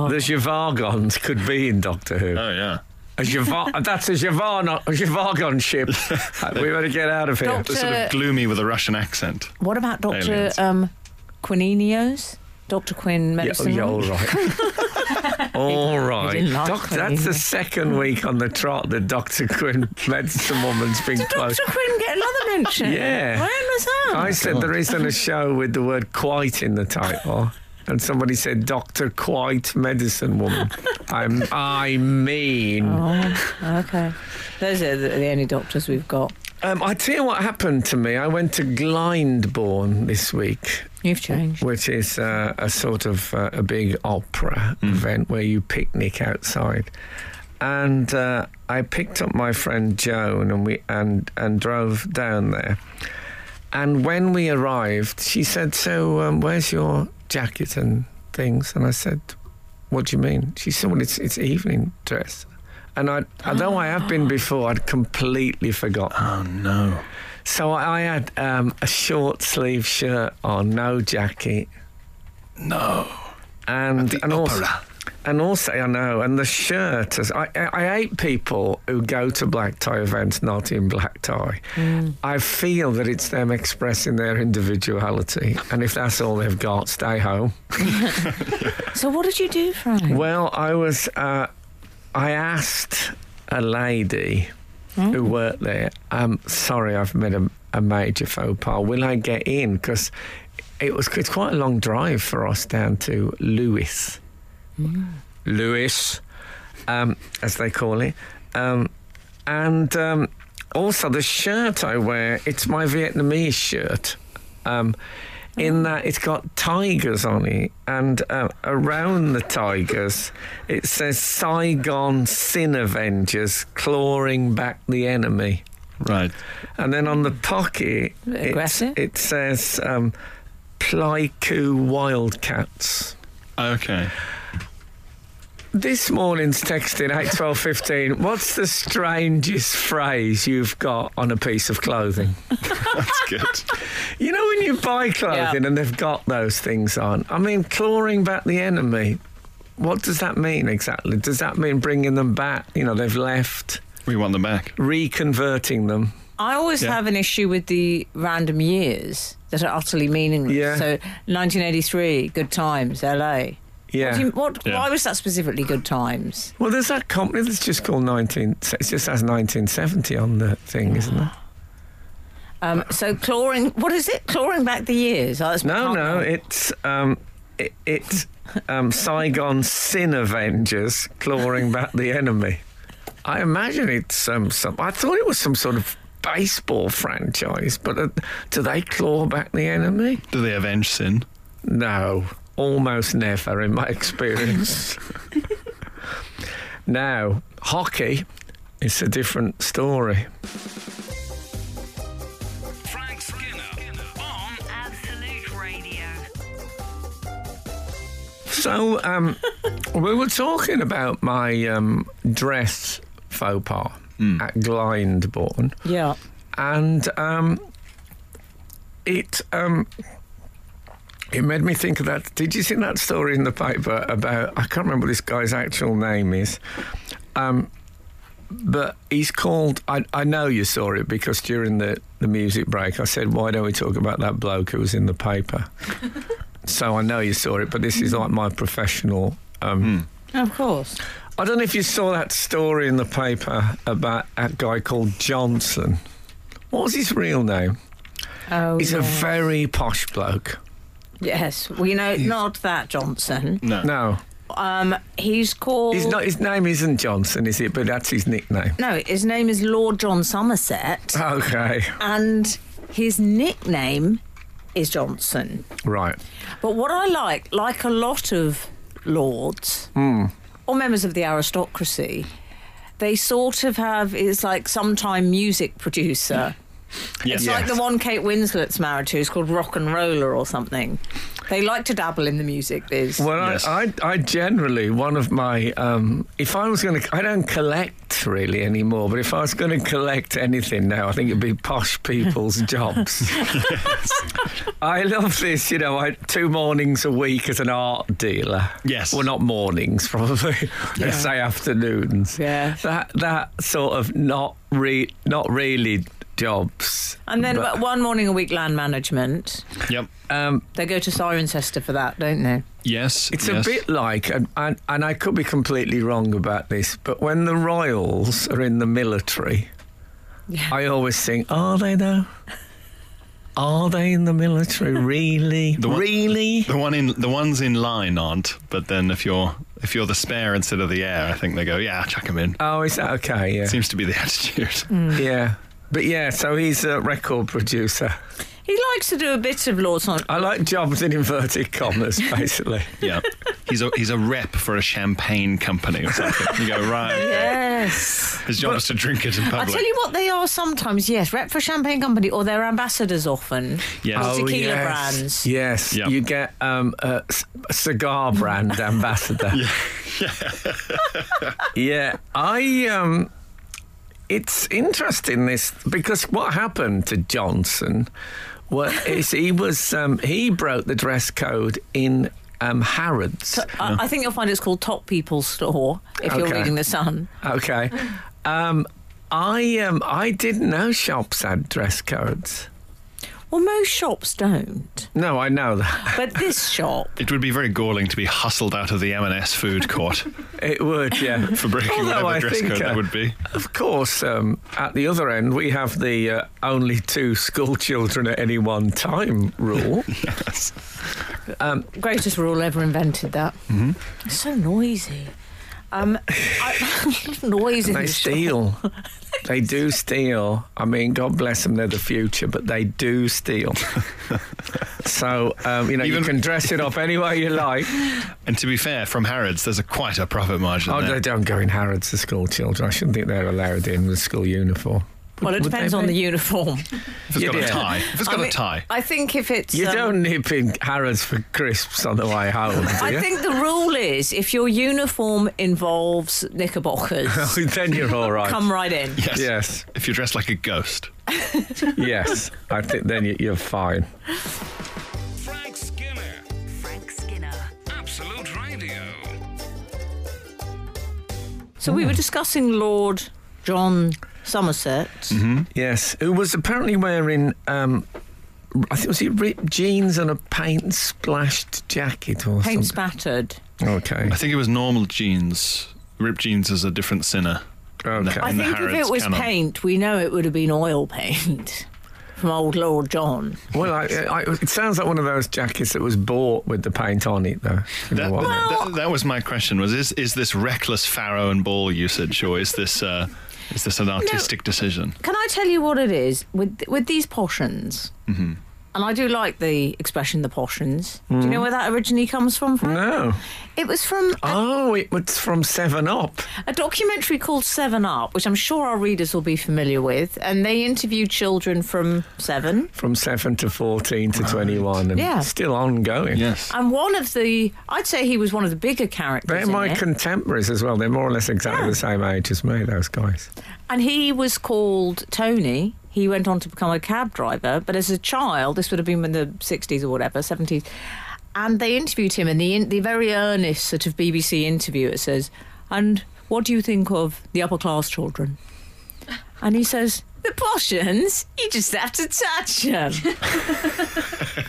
C: The Zhivargons could be in Doctor Who.
D: Oh, yeah.
C: A Zhivar- (laughs) that's a Zhivargon, a Zhivargon ship. we better get out of here.
E: Doctor-
D: They're sort
E: Uh,
D: of gloomy with a Russian accent.
E: What about Dr.
D: Aliens.
E: Um, Quininios? Dr. Quinn
C: Yeah, oh,
E: Medicine?
C: yeah, all (laughs)
E: Man?
C: right. all
E: (laughs) he
C: right.
E: didn't like
C: Doc-
E: Queen,
C: that's the
E: yeah.
C: second week on the trot that Dr. Quinn (laughs) Medicine Woman's been
E: Did
C: close.
E: Dr. Quinn get another
C: (laughs)
E: mention?
C: Yeah.
E: When was that?
C: I said there isn't a show with the word quite in the title. and somebody said Doctor Quite Medicine Woman. I'm, I mean,
E: Oh, okay. Those are the, the only doctors we've got.
C: um, I tell you what happened to me. I went to Glyndebourne this week.
E: You've changed.
C: Which is uh, a sort of uh, a big opera event where you picnic outside. And uh, I picked up my friend Joan and we and and drove down there. And when we arrived, she said, "So, um, where's your jacket and things?" And I said, "What do you mean?" She said, "Well, it's it's evening dress." And I, although I have been before, I'd completely forgotten.
D: Oh no.
C: So I had um, a short sleeve shirt on, no jacket,
D: No.
C: and
D: the
C: and also,
D: opera.
C: and also I know, and the shirt. Is, I, I I hate people who go to black tie events not in black tie. I feel that it's them expressing their individuality, and if that's all they've got, stay home.
E: So what did you do, Frank?
C: Well, I was. Uh, I asked a lady who worked there. Um, sorry, I've made a, a major faux pas. Will I get in? Because it was. It's quite a long drive for us down to Lewis. Lewis, um, as they call it, um, and um, also the shirt I wear. It's my Vietnamese shirt. Um, in that it's got tigers on it, and uh, around the tigers it says Saigon Sin Avengers clawing back the enemy.
D: Right.
C: And then on the pocket, it,
E: Aggressive.
C: it says um, Plyku Wildcats.
D: Okay.
C: This morning's texting eight twelve fifteen. What's the strangest phrase you've got on a piece of clothing?
D: That's good.
C: You know when you buy clothing
E: Yeah.
C: and they've got those things on. I mean, clawing back the enemy. What does that mean exactly? Does that mean bringing them back? You know, they've left,
D: (laughs) we want them back.
C: reconverting them.
E: I always
D: Yeah.
E: have an issue with the random years that are utterly meaningless.
C: Yeah.
E: So 1983, Good Times, LA. What
C: Yeah.
E: do you, what,
D: Yeah.
E: Why was that specifically Good Times?
C: well, there's that company that's just called 19. It just has 1970 on the thing, isn't it?
E: Um, so clawing, what is it? Clawing back the years? Oh, that's
C: No,
E: Punk
C: no,
E: Rock.
C: it's um, it, it's um, Saigon Sin Avengers clawing back the enemy. I imagine it's um, some. I thought it was some sort of baseball franchise, but uh, do they claw back the enemy?
D: Do they avenge sin?
C: No, almost never in my experience. now, hockey, it's a different story.
A: Frank Skinner on
B: Absolute Radio.
C: So um, we were talking about my um, dress faux pas at Glyndebourne,
E: Yeah.
C: and um, it um, it made me think of that. Did you see that story in the paper about? I can't remember what this guy's actual name is. Um, but he's called. I, I know you saw it because during the, the music break, I said, "Why don't we talk about that bloke who was in the paper?" so I know you saw it, but this is like my professional. Um,
E: Of course.
C: I don't know if you saw that story in the paper about a guy called Johnson. What was his real name?
E: Oh,
C: He's a
E: yeah.
C: very posh bloke.
E: yes. Well, you know, not that Johnson.
C: No,
E: Um, he's called.
C: he's not. His name isn't Johnson, is it? But that's his nickname.
E: No, his name is Lord John Somerset,
C: Okay,
E: and his nickname is Johnson.
C: right.
E: But what I like, like a lot of lords
C: Hmm.
E: or members of the aristocracy, they sort of have it's like sometime music producer. It's like the one Kate Winslet's married to, who's called Rock and Roller or something. They like to dabble in the music biz.
C: Well,
D: Yes.
C: I, I, I generally one of my um, if I was going to I don't collect really anymore, but if I was going to collect anything now, I think it'd be posh
D: (laughs)
C: people's jobs. I love this, you know, I, two mornings a week as an art dealer.
D: Yes.
C: well, not mornings (laughs) probably. Let's say afternoons.
E: Yeah.
C: that that sort of not re not really jobs.
E: and then
C: but-
E: about one morning a week, land management.
D: Yep.
C: um,
E: They go to Cirencester for that, don't they?
D: Yes.
C: It's
D: yes.
C: a bit like, and, and, and I could be completely wrong about this, but when the royals are in the military,
E: Yeah.
C: I always think, are they though? Are they in the
D: (laughs)
C: military? Really?
D: The one-
C: really?
D: The one in the ones in line aren't, but then if you're if you're the spare instead of the air, I think they go, yeah, chuck him in.
C: Oh, is that okay? Yeah.
D: Seems to be the (laughs) attitude.
E: Mm.
C: Yeah. But yeah, so he's a record producer.
E: He likes to do a bit of law time.
C: I like jobs in inverted
D: (laughs)
C: commas, basically.
D: Yeah, he's a he's a rep for a champagne company or something. You
E: (laughs)
D: go right.
C: Eh.
D: okay.
E: Yes.
D: His job is to drink it in
E: I'll
D: public.
E: tell you what they are sometimes, yes. Rep for Champagne Company or their ambassadors often.
D: Yes.
E: Or
D: Oh,
E: tequila
C: yes.
E: brands.
C: Yes,
D: Yeah.
C: you get um, a, c- a cigar brand ambassador. yeah. I. Um, it's interesting this because what happened to Johnson was is he was um, he broke the dress code in um, Harrods.
E: I, I think you'll find it's called Top People Store if you're
C: Okay.
E: reading The Sun.
C: Okay, um, I um, I didn't know shops had dress codes.
E: Well, most shops don't.
C: No, I know that
E: But
C: (laughs)
E: this shop,
D: It would be very galling to be hustled out of the M&S food court
C: it would. Yeah,
D: (laughs) for breaking
C: Although
D: whatever
C: I
D: dress
C: think,
D: code
C: uh,
D: that would be.
C: Of course, um, at the other end, we have the uh, only two school children at any one time
D: (laughs)
C: rule.
E: greatest rule ever invented that. Mm-hmm. It's so noisy. Um, I, (laughs) noise in
C: they
E: the shop.
C: steal.
D: (laughs)
C: They do steal. I mean, God bless them, they're the future, but they do
D: (laughs)
C: steal. so, um, you know, you
D: Even-
C: can dress it up any way you
D: (laughs)
C: like.
D: And to be fair, from Harrods, there's a quite a profit margin
C: Oh,
D: there.
C: they don't go in Harrods, the school children. I shouldn't think they're allowed in with school uniform.
E: Well, it
C: Would they
E: depends on
C: be?
E: the uniform.
D: If it's
C: You
D: got
C: did.
D: a tie, if it's got
E: I
D: a
E: mean,
D: tie,
E: I think if it's.
C: You
E: um,
C: don't nip in Harrods for crisps on the way home, do you?
E: I think the rule is if your uniform involves
C: (laughs)
E: knickerbockers,
C: then you're all right.
E: (laughs) come right in.
D: yes.
C: Yes,
D: If you're dressed like a ghost,
C: yes. I think then you- you're fine.
A: Frank Skinner.
B: Frank Skinner.
A: Absolute Radio.
E: So we were discussing Lord John Somerset.
C: Yes, who was apparently wearing, um, I think was he ripped jeans and a paint splashed jacket or
E: Paint
C: something.
E: spattered.
C: okay,
D: I think it was normal jeans. Ripped jeans is a different sinner.
C: okay.
E: I
D: In the
E: think if it
D: Harrods
E: was
D: canon.
E: paint, we know it would have been oil paint (laughs) from old Lord John.
C: well, I, I, it sounds like one of those jackets that was bought with the paint on it, though. if you know
D: That,
C: what I mean.
D: that, that was my question: was is is this reckless Pharaoh and ball usage, or is this uh, is this an artistic decision?
E: Can I tell you what it is with with these poshans? Mm-hmm. And I do like the expression "the poshans." Do you know where that originally comes from? Frank?
C: No.
E: It was from a,
C: Oh, it was from Seven Up.
E: a documentary called Seven Up, which I'm sure our readers will be familiar with. And they interviewed children from seven.
C: From seven to fourteen to twenty-one, and
E: Yeah.
C: still ongoing.
D: Yes.
E: And one of the, I'd say he was one of the bigger characters.
C: They're
E: in
C: my
E: it.
C: contemporaries as well. They're more or less exactly
E: Yeah.
C: the same age as me. Those guys.
E: And he was called Tony. He went on to become a cab driver, but as a child, this would have been in the 60s or whatever, 70s. And they interviewed him, and the, in, the very earnest sort of BBC interviewer says, And what do you think of the upper class children? And he says, The Boschians, you just have to touch them.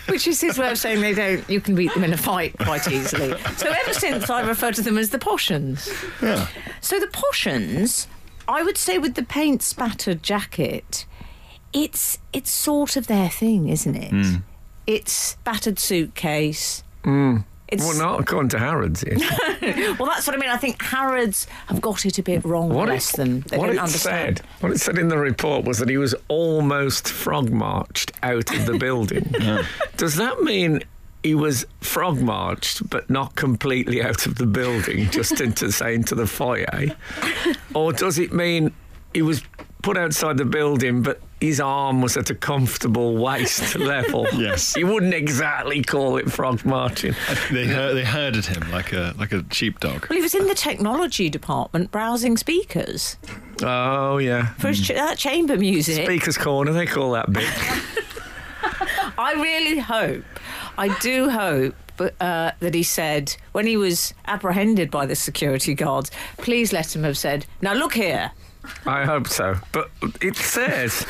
E: Which is his way of saying they don't, you can beat them in a fight quite easily. So ever since, I refer to them as the Poshans. So the Poshans, I would say, with the paint spattered jacket, it's it's sort of their thing, isn't it? It's battered suitcase. It's,
C: Hmm. Well, not according to Harrods. It is.
E: well, that's what I mean. I think Harrods have got it a bit wrong.
C: What
E: bless
C: it,
E: them. They
C: what
E: don't
C: it
E: understand.
C: said, what it said in the report was that he was almost frog marched out of the building. Does that mean he was frog marched but not completely out of the building, just (laughs) into say into the foyer, or does it mean he was put outside the building but? His arm was at a comfortable waist (laughs) level.
D: Yes.
C: You wouldn't exactly call it frog marching.
D: (laughs) They heard, they herded him like a like a sheepdog.
E: Well, he was in the technology department browsing speakers
C: Oh, yeah.
E: for his ch- that chamber music.
C: Speaker's corner, they call that bit.
E: I really hope, I do hope but, uh, that he said, when he was apprehended by the security guards, please let him have said, now look here.
C: I hope so. But it says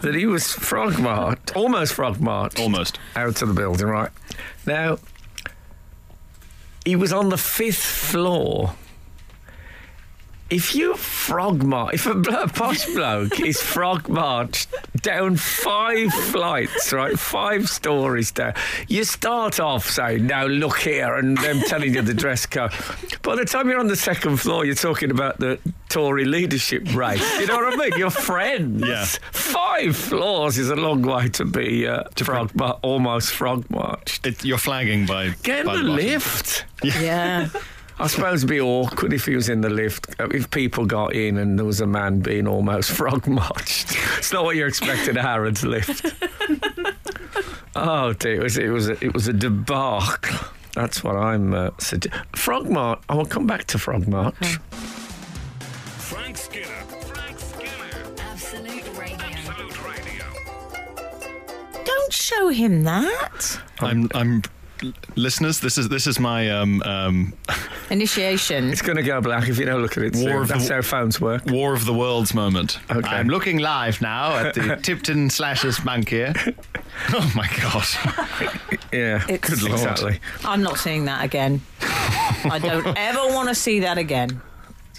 C: that he was frog marked, almost frog marked,
D: Almost.
C: out of the building, right? Now, he was on the fifth floor. If you frog march, if a blo- posh bloke is frog marched down five flights, right? Five stories down. You start off saying, now look here, and them telling you the dress code. By the time you're on the second floor, you're talking about the Tory leadership race. You know what I mean? Your friends.
D: Yeah.
C: Five floors is a long way to be uh, frog, mar- almost frog marched.
D: It, you're flagging by.
C: Get in
D: by
C: the
D: bottom.
C: lift.
E: (laughs) Yeah.
C: I suppose it'd be awkward if he was in the lift, uh, if people got in and there was a man being almost (laughs) frog marched. It's not what you expect in a Harrods
E: (laughs)
C: lift. oh dear, it was it was a, it was a debacle. That's what I'm uh, sugge- Frog march. I will come back to frog march.
A: Frank Skinner. Frank Skinner.
F: Absolute Radio.
A: Absolute Radio.
E: Don't show him that.
D: I'm. I'm Listeners, this is this is my um, um,
E: Initiation.
C: It's going to go black if you don't look at it. soon.
D: War of the-
C: That's how phones work.
D: War of the Worlds moment.
C: Okay.
D: I'm looking live now
C: (laughs)
D: at the Tipton Slashers Bank here. Oh my god!
C: Yeah,
E: It's-
C: good lord. Exactly.
E: I'm not seeing that again. I
D: (laughs)
E: don't ever want to see that again.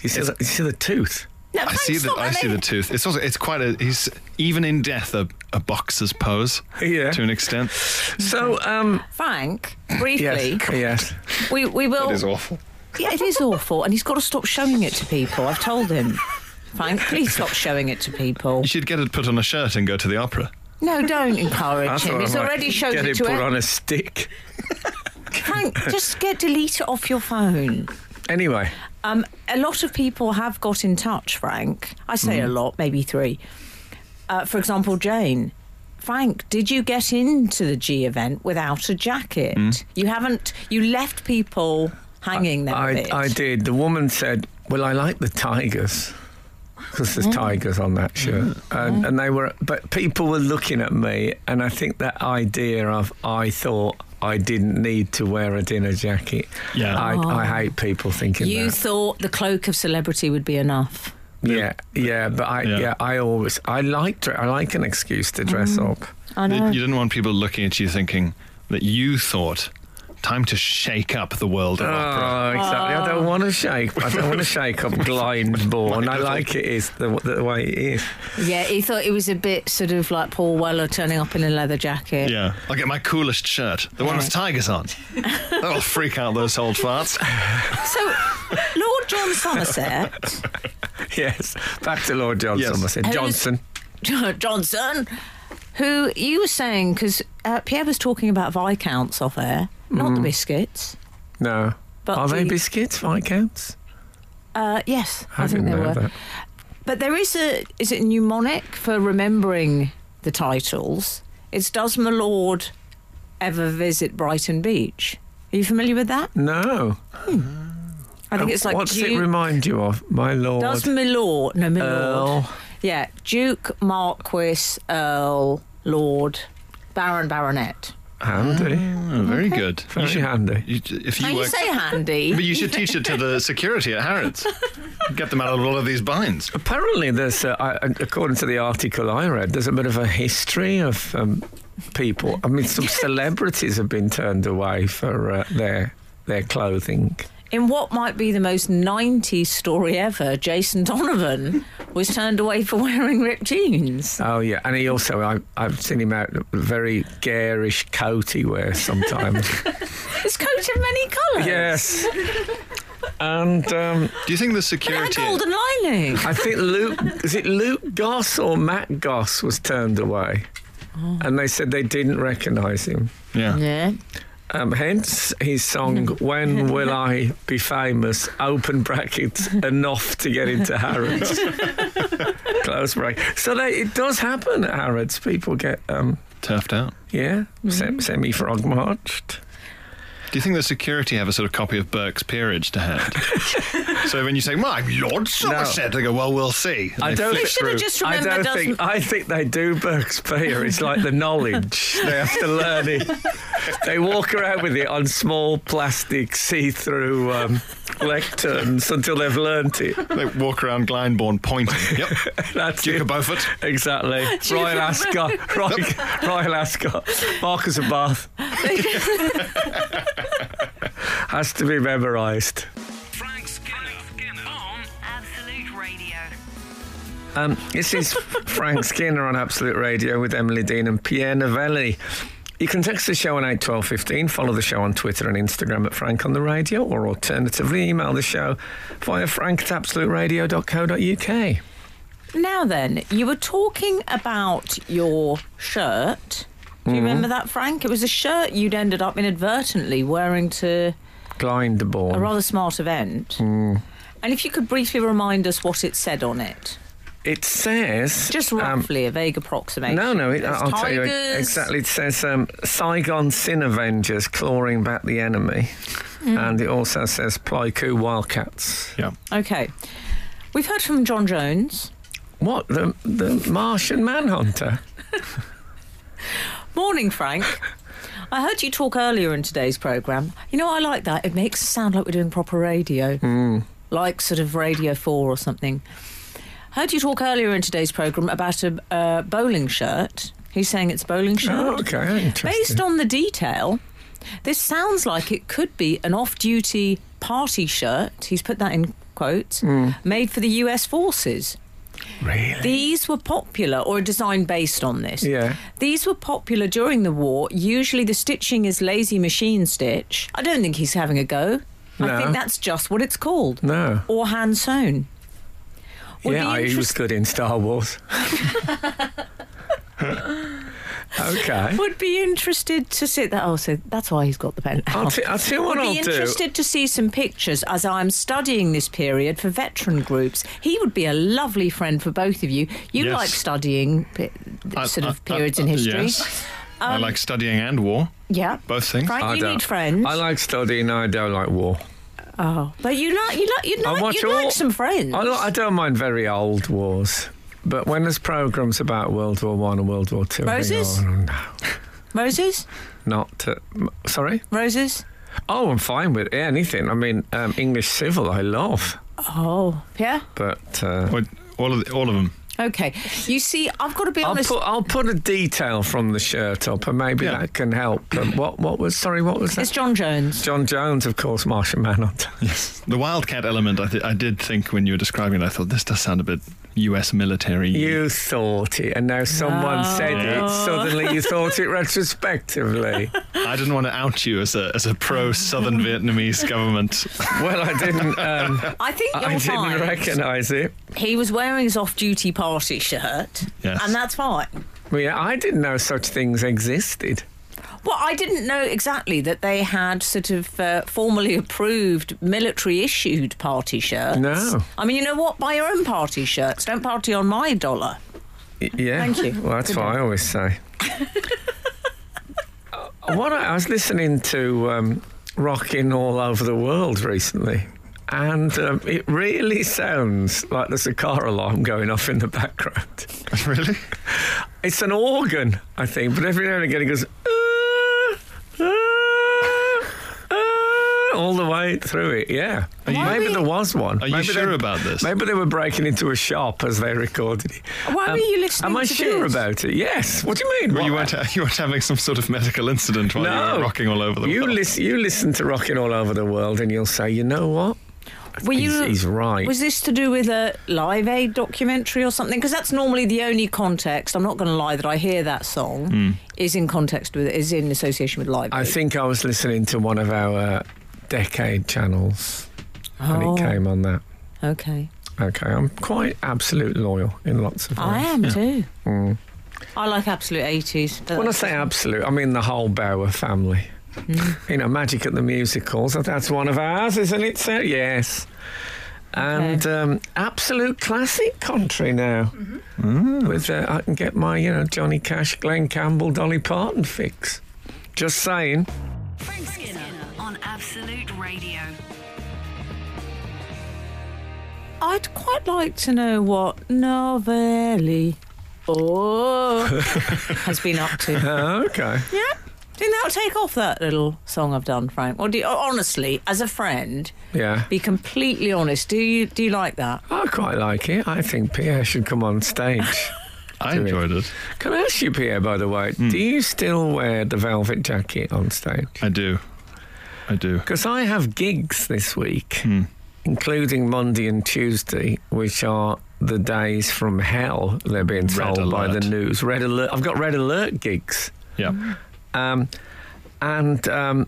C: You see, the, you see the tooth.
E: No,
D: I see the I see the tooth. It's also it's quite a he's even in death a, a boxer's pose.
C: Yeah.
D: to an extent.
C: So, um,
E: Frank,
C: yes,
E: briefly,
C: yes.
E: we, we will.
D: awful.
E: Yeah, it is awful, and he's got to stop showing it to people. I've told him. Frank, please stop showing it to people.
D: You should get it put on a shirt and go to the opera.
E: No, don't encourage
C: That's
E: him.
C: what I
E: He's
C: might
E: already showed
C: Get
E: it
C: it
E: to
C: put
E: everyone.
C: on a stick.
E: Frank, just get delete it off your phone.
C: Anyway.
E: Um, a lot of people have got in touch, Frank. I say
C: Mm.
E: a lot, maybe three. Uh, for example, Jane. Frank, did you get into the G event without a jacket? You haven't. You left people hanging there. a
C: Mm. I,
E: bit.
C: I did. The woman said, "Well, I like the tigers." Because there's tigers on that shirt, and, and they were, but people were looking at me, and I think that idea of I thought I didn't need to wear a dinner jacket.
D: Yeah.
C: I, I hate people thinking
E: You
C: that.
E: thought the cloak of celebrity would be enough.
C: yeah, yeah, but I, yeah.
D: Yeah.
C: I always, I like, dre- I like an excuse to dress up.
E: I
D: That
E: know.
D: You didn't want people looking at you thinking that you thought time to shake up the world of opera.
C: Oh, exactly. I don't want to shake. I don't want to shake (laughs) up blind born. I like it is the, the way it is.
E: Yeah, he thought it was a bit sort of like Paul Weller turning up in a leather jacket.
D: Yeah, I'll get my coolest shirt, the one with
E: (laughs)
D: tigers on. That'll freak out those old farts.
E: So, Lord John Somerset,
C: (laughs) Yes, back to Lord Johnson.
D: Yes.
C: I said
E: Who's-
C: Johnson.
E: (laughs) Johnson, who you were saying, because uh, Pierre was talking about Viscounts off air, not
C: Hmm.
E: the biscuits.
C: No.
E: But
C: Are they
E: the-
C: biscuits, Viscounts?
E: Uh, yes, I,
C: I
E: think
C: didn't
E: they
C: know
E: were.
C: that.
E: But there is a, is it mnemonic for remembering the titles? It's Does My Lord Ever Visit Brighton Beach? Are you familiar with that?
C: No.
E: I think it's like
C: What's
E: Duke,
C: Uh, it remind you of? My Lord.
E: Does my lord? No, my lord.
C: Earl.
E: Yeah, Duke, Marquis, Earl, Lord, Baron, Baronet.
C: Handy.
E: Mm.
D: Oh, very good.
C: Very handy.
D: You, if
E: Now
D: you,
E: you
D: work,
E: say
D: but
E: handy.
D: you should teach it to the security at Harrods. Get them out of all of these binds.
C: Apparently, there's, uh, I, according to the article I read, there's a bit of a history of um, people. I mean,
E: (laughs)
C: some celebrities have been turned away for uh, their their clothing.
E: In what might be the most 90s story ever, Jason Donovan was turned away for wearing ripped jeans.
C: Oh yeah, and he also I, I've seen him out in a very garish coat he wears
E: (laughs)
C: sometimes.
E: His coat in many colours.
C: yes. And um,
D: Do you think
E: And
D: the
E: a
D: security?
C: (laughs)
E: golden lining.
C: I think Luke is it Luke Goss or Matt Goss was turned away, and they said they didn't recognise him.
D: Yeah.
E: Yeah.
C: Um, hence his song "When Will I Be Famous?" Open brackets enough to get into Harrods. Close break. So they, it does happen at Harrods. People get um,
D: Turfed out.
C: yeah semi frog marched.
D: Do you think the security have a sort of copy of Burke's Peerage to hand? so when you say, "My Lord Somerset," they go, "Well, we'll see." And
C: I
D: they
C: don't
D: flick
C: think-
E: Should
D: through.
E: have just
C: I don't
E: remembered. does-
C: think I think they do Burke's Pier. It's like the knowledge they have to learn it. They walk around with it on small plastic see-through um, lecterns until they've learnt it.
D: They walk around Glyndebourne pointing. Yep.
C: That's
D: Duke
C: it.
D: of Beaufort.
C: Exactly. Royal Ascot. Royal, Royal Ascot. Marcus of Bath. Has to be memorised.
A: Frank Skinner. Frank Skinner. On
F: Absolute Radio.
C: Um, this is Frank Skinner on Absolute Radio with Emily Dean and Pierre Novelli. You can text the show on 81215, follow the show on Twitter and Instagram at Frank on the Radio, or alternatively, email the show via frank at absoluteradio.co.uk.
E: Now then, you were talking about your shirt. Do you
C: Mm-hmm.
E: remember that, Frank? It was a shirt you'd ended up inadvertently wearing to a
C: Glyndebourne.
E: rather smart event.
C: Mm.
E: And if you could briefly remind us what it said on it,
C: It says.
E: just
C: um,
E: roughly, a vague approximation.
C: No, no, it,
E: There's
C: I'll tell you
E: tigers.
C: exactly. It says um, Saigon Sin Avengers clawing back the enemy,
E: Mm.
C: and it also says Plyku Wildcats.
D: Yeah.
E: Okay, we've heard from John Jones.
C: What the the Martian Manhunter? (laughs)
E: Morning, Frank. I heard you talk earlier in today's programme. You know, I like that. It makes it sound like we're doing proper radio,
C: Mm.
E: like sort of Radio 4 or something. Heard you talk earlier in today's programme about a uh, bowling shirt. Who's saying it's a bowling shirt?
C: Oh, okay, interesting.
E: Based on the detail, this sounds like it could be an off duty party shirt. He's put that in quotes,
C: Hmm.
E: made for the US forces.
C: really?
E: These were popular, or a design based on this.
C: Yeah.
E: These were popular during the war. Usually the stitching is lazy machine stitch. I don't think he's having a go.
C: No.
E: I think that's just what it's called.
C: No.
E: Or hand sewn. Would
C: yeah,
E: be
C: I, he was
E: interest-
C: good in Star
E: (laughs)
C: Wars. okay.
E: Would be interested to see that. Oh, so that's why he's got the pen.
C: I'll, t- I'll tell you what
E: would
C: I'll
E: be
C: do.
E: interested to see some pictures as I'm studying this period for veteran groups. He would be a lovely friend for both of you. You
D: Yes.
E: like studying pe- sort
D: I-
E: of
D: I-
E: periods
C: uh,
D: I-
E: in history.
D: Yes. I like studying and war,
E: Yeah.
D: both things.
E: Frank,
C: I
E: you
C: don't-
E: need friends.
C: I like studying. I don't like war.
E: Oh, but you like you like you
C: I
E: like
C: watch
E: you
C: all-
E: like some friends.
C: I, li- I don't mind very old wars, but when there's programs about World War One and World War Two, I think,
E: Roses?
C: oh, no,
E: Roses,
C: not uh, m- sorry.
E: roses.
C: Oh, I'm fine with anything. I mean, um, English Civil, I love,
E: Oh, Pierre.
C: but uh,
D: Or- All of the, all of them.
E: Okay, you see, I've got to be
C: I'll
E: honest.
C: put I'll put a detail from the shirt up, and maybe
D: Yeah.
C: that can help. Um, what what was sorry? What was that?
E: It's John Jones.
C: John Jones, of course, Martian Manhunter.
D: The wildcat element, I, th- I did think when you were describing it, I thought this does sound a bit U.S. military.
C: You thought it, and now someone
E: No.
C: said it. Suddenly, you thought it
E: (laughs)
C: retrospectively.
D: I didn't want to out you as a as a pro Southern Vietnamese
C: (laughs)
D: government.
C: Well, I didn't. Um,
E: I think you'll
C: I didn't
E: find
C: recognise it.
E: he was wearing his off-duty party shirt,
D: Yes.
E: and that's fine.
C: Well, yeah, I didn't know such things existed.
E: Well, I didn't know exactly that they had sort of uh, formally approved military-issued party shirts.
C: No.
E: I mean, you know what? Buy your own party shirts. Don't party on my dollar.
C: Y- Yeah.
E: Thank you.
C: Well, that's what I always
E: (laughs)
C: say. Uh, what I, I was listening to um, Rockin' All Over the World recently. And um, it really sounds like there's a car alarm going off in the background.
D: really?
C: It's an organ, I think, but every now and again it goes "Uh, uh, uh," all the way through it. Yeah,
E: you-
C: maybe there was one.
D: Are you
C: Maybe
D: sure
C: they-
D: about this?
C: Maybe they were breaking into a shop as they recorded it. Um,
E: Why were you listening
C: Am I
E: to
C: sure
E: this?
C: about it? Yes. What do you mean?
D: Well, you
C: What-
D: weren't (laughs) you weren't having some sort of medical incident while you
C: no,
D: were rocking all over the
C: you
D: world.
C: Listen, you listen to rocking all over the world, and you'll say, you know what?
E: Were
C: He's-
E: you,
C: he's right.
E: Was this to do with a Live Aid documentary or something? Because that's normally the only context. I'm not going to lie that I hear that song is in context with is in association with Live Aid.
C: Hmm. I think I was listening to one of our decade channels, and
E: Oh,
C: it came on that.
E: Okay,
C: Okay, I'm quite absolute loyal in lots of ways.
E: I am too. I like absolute 80s. but
C: When Hmm. I
E: that's-
C: say absolute, I mean the whole Bauer family. You know, Magic at the Musicals, that's one of ours, isn't it, sir? Yes. And um, absolute classic country now. With uh, I can get my, you know, Johnny Cash, Glenn Campbell, Dolly Parton fix. Just saying.
B: Frank Skinner on Absolute Radio.
E: I'd quite like to know what Novelli oh, has been up to.
C: Oh, okay.
E: Yeah. Do you think that'll take off that little song I've done, Frank? Or do you, honestly, as a friend,
C: Yeah.
E: be completely honest, do you do you like that?
C: I quite like it. I think Pierre should come on stage.
D: I enjoyed it.
C: Can I ask you, Pierre, by the way, do you still wear the velvet jacket on stage?
D: I do. I do.
C: Because I
D: Hmm.
C: have gigs this week, including Monday and Tuesday, which are the days from hell they're being
D: Red
C: told by the
D: alert.
C: news. Red alert. I've got red alert gigs.
D: Yeah.
C: Um, and um,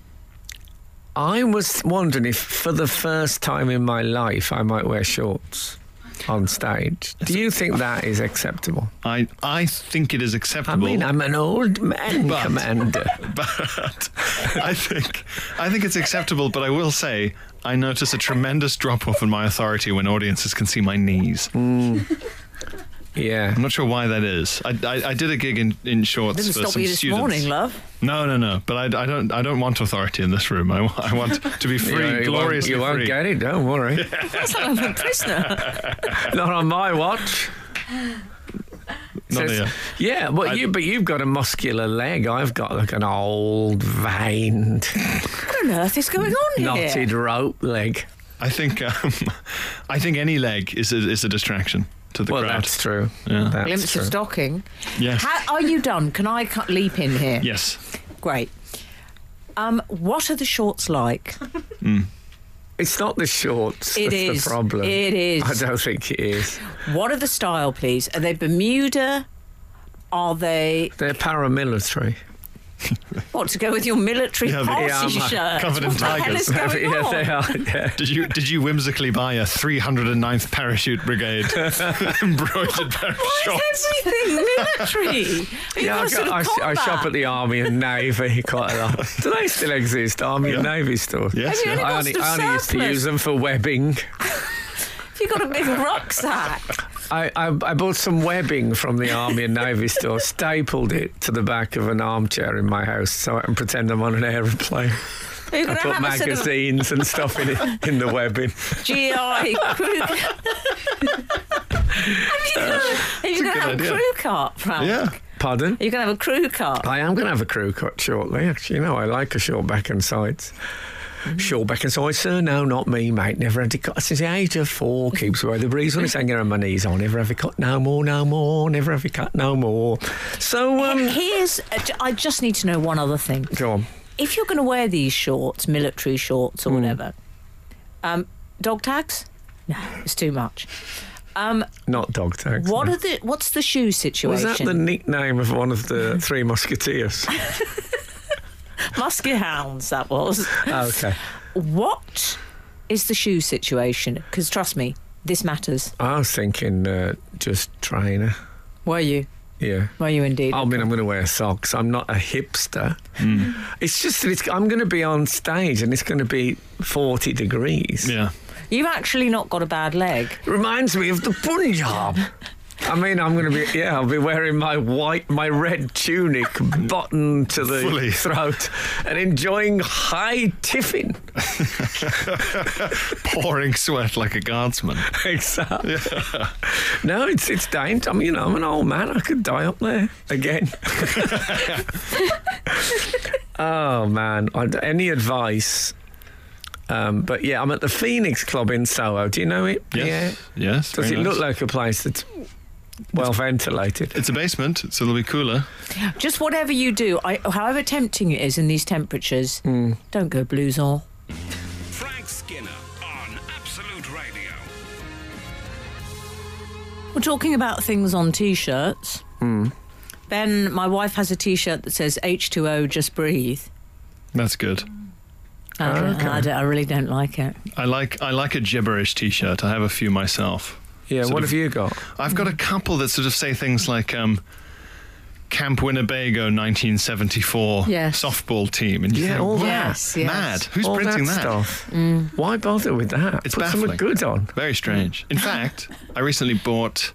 C: I was wondering if, for the first time in my life, I might wear shorts on stage. Do you think that is acceptable?
D: I I think it is
C: I
D: acceptable.
C: mean, I'm an old man,
D: But-
C: Commander.
D: (laughs) but I think I think it's acceptable. But I will say I notice a tremendous drop off in my authority when audiences can see my knees.
C: Mm. Yeah.
D: I'm not sure why that is. I, I, I did a gig in, in shorts
E: Didn't
D: for
E: stop
D: some
E: you this
D: students.
E: morning, love.
D: No, no, no. But I, I don't I don't want authority in this room. I, wa- I want to be free,
C: (laughs) you won't,
D: gloriously
C: you won't
D: free.
C: get it, don't worry.
E: That's like I'm
D: (laughs)
E: a prisoner.
C: Not on my watch.
D: Not
C: Says-
D: here.
C: yeah, well,
D: I-
C: you but you've got a muscular leg. I've got like an old,
E: (laughs)
C: veined,
E: What on earth is going on here?
C: knotted rope leg.
D: I think um, (laughs) I think any leg is a, is a distraction to the
C: well,
D: crowd.
C: that's true.
D: Yeah.
C: That's
E: Glimpse
C: true.
E: of stocking.
D: Yes.
E: How, are you done? Can I cut, leap in here?
D: yes.
E: Great. Um, what are the shorts like?
C: It's not the shorts.
E: It
C: that's
E: is.
C: the problem.
E: It is.
C: I don't think it is.
E: What are the style, please? Are they Bermuda? Are they
C: They're paramilitary.
E: what to go with your military
D: Yeah, they
E: party
C: are
E: shirt?
D: covered in
E: what the hell is
D: tigers.
C: (laughs)
E: going
C: yeah,
E: on?
C: they are. Yeah.
D: Did you did you whimsically buy a 309th parachute
C: (laughs)
D: brigade (laughs) embroidered pair of
E: Why
D: shorts?
E: is everything
C: (laughs)
E: military? Are you
C: Yeah, I,
E: guys sort
C: go-
E: of
C: I sh- I shop
E: combat?
C: at the army and navy (laughs) quite a lot. Do they still exist? Army and navy stores.
D: Yes.
E: Have you
D: yeah.
E: any-
C: I only,
E: Cost
C: I
E: of
C: only used to
E: surplus.
C: use them for webbing.
E: Have you got
C: (laughs)
E: a big rucksack?
C: I, I, I bought some webbing from the Army and Navy store, stapled it to the back of an armchair in my house so I can pretend I'm on an aeroplane.
E: Are
C: I
E: you going to
C: put
E: have a sort of
C: magazines and stuff in it in the webbing. (laughs)
E: GI crew? have you gonna- are you going to
D: good
E: have
D: idea.
E: a crew cart, Frank?
D: Yeah.
C: Pardon?
E: Are you going to have a crew cart?
C: I am going to have a crew cut shortly. Actually, you know, I like a short back and sides.
E: Mm-hmm.
C: Short back and sides, sir. No, not me, mate. Never had a cut since the age of four. Keeps away the breeze when it's hanging around my knees. I'll never have a cut no more, no more. Never have a cut no more. So, um,
E: Here's. I just need to know one other thing.
C: go on.
E: if you're going to wear these shorts, military shorts or whatever, um, dog tags? No, it's too much. Um,
C: Not dog tags.
E: what
C: no.
E: are the what's the shoe
C: was
E: situation?
C: that the nickname of one of the three musketeers?
E: Musket hounds. That was.
C: okay.
E: what is the shoe situation? Because trust me, this matters.
C: I was thinking uh, just trainer.
E: Were you? Oh.
C: Yeah.
E: Were you indeed?
C: I mean, I'm going to wear socks. I'm not a hipster.
D: Hmm.
C: It's just that it's, I'm going to be on stage and it's going to be 40 degrees.
D: Yeah.
E: You've actually not got a bad leg.
C: Reminds me of the Punjab. I mean, I'm going to be, yeah, I'll be wearing my white, my red tunic buttoned to the
D: Fully.
C: throat and enjoying high tiffin.
D: Pouring sweat like a guardsman.
C: exactly. (laughs) No, it's, it's dangerous. I mean, you know, I'm an old man. I could die up there again. oh, man. I, any advice? Um, but yeah, I'm at the Phoenix Club in Soho. Do you know it?
D: Yes. Yes.
C: Does
D: very
C: it look
D: nice.
C: like a place that's well ventilated?
D: It's a basement, so it'll be cooler.
E: Just whatever you do, I, however tempting it is in these temperatures, don't go blouson.
A: Frank Skinner on Absolute Radio.
E: We're talking about things on t-shirts.
D: Hmm.
E: Ben, my wife has a t-shirt that says H2O just breathe.
D: That's good. Oh,
E: I, don't-
C: Okay.
E: I don't- I really don't like it.
D: I like I like a gibberish T-shirt. I have a few myself.
C: Yeah,
D: Sort
C: what
D: of-
C: have you got?
D: I've
C: Mm.
D: got a couple that sort of say things like um, Camp Winnebago 1974
E: Yes.
D: softball team. And you
C: Yeah,
D: think,
C: all
D: "Wow,
C: that.
E: Yes, yes.
D: Mad. Who's
C: All
D: printing that?
C: stuff. Why bother with that?
D: It's
C: Put
D: baffling.
C: something good on.
D: Very strange. In fact, I recently bought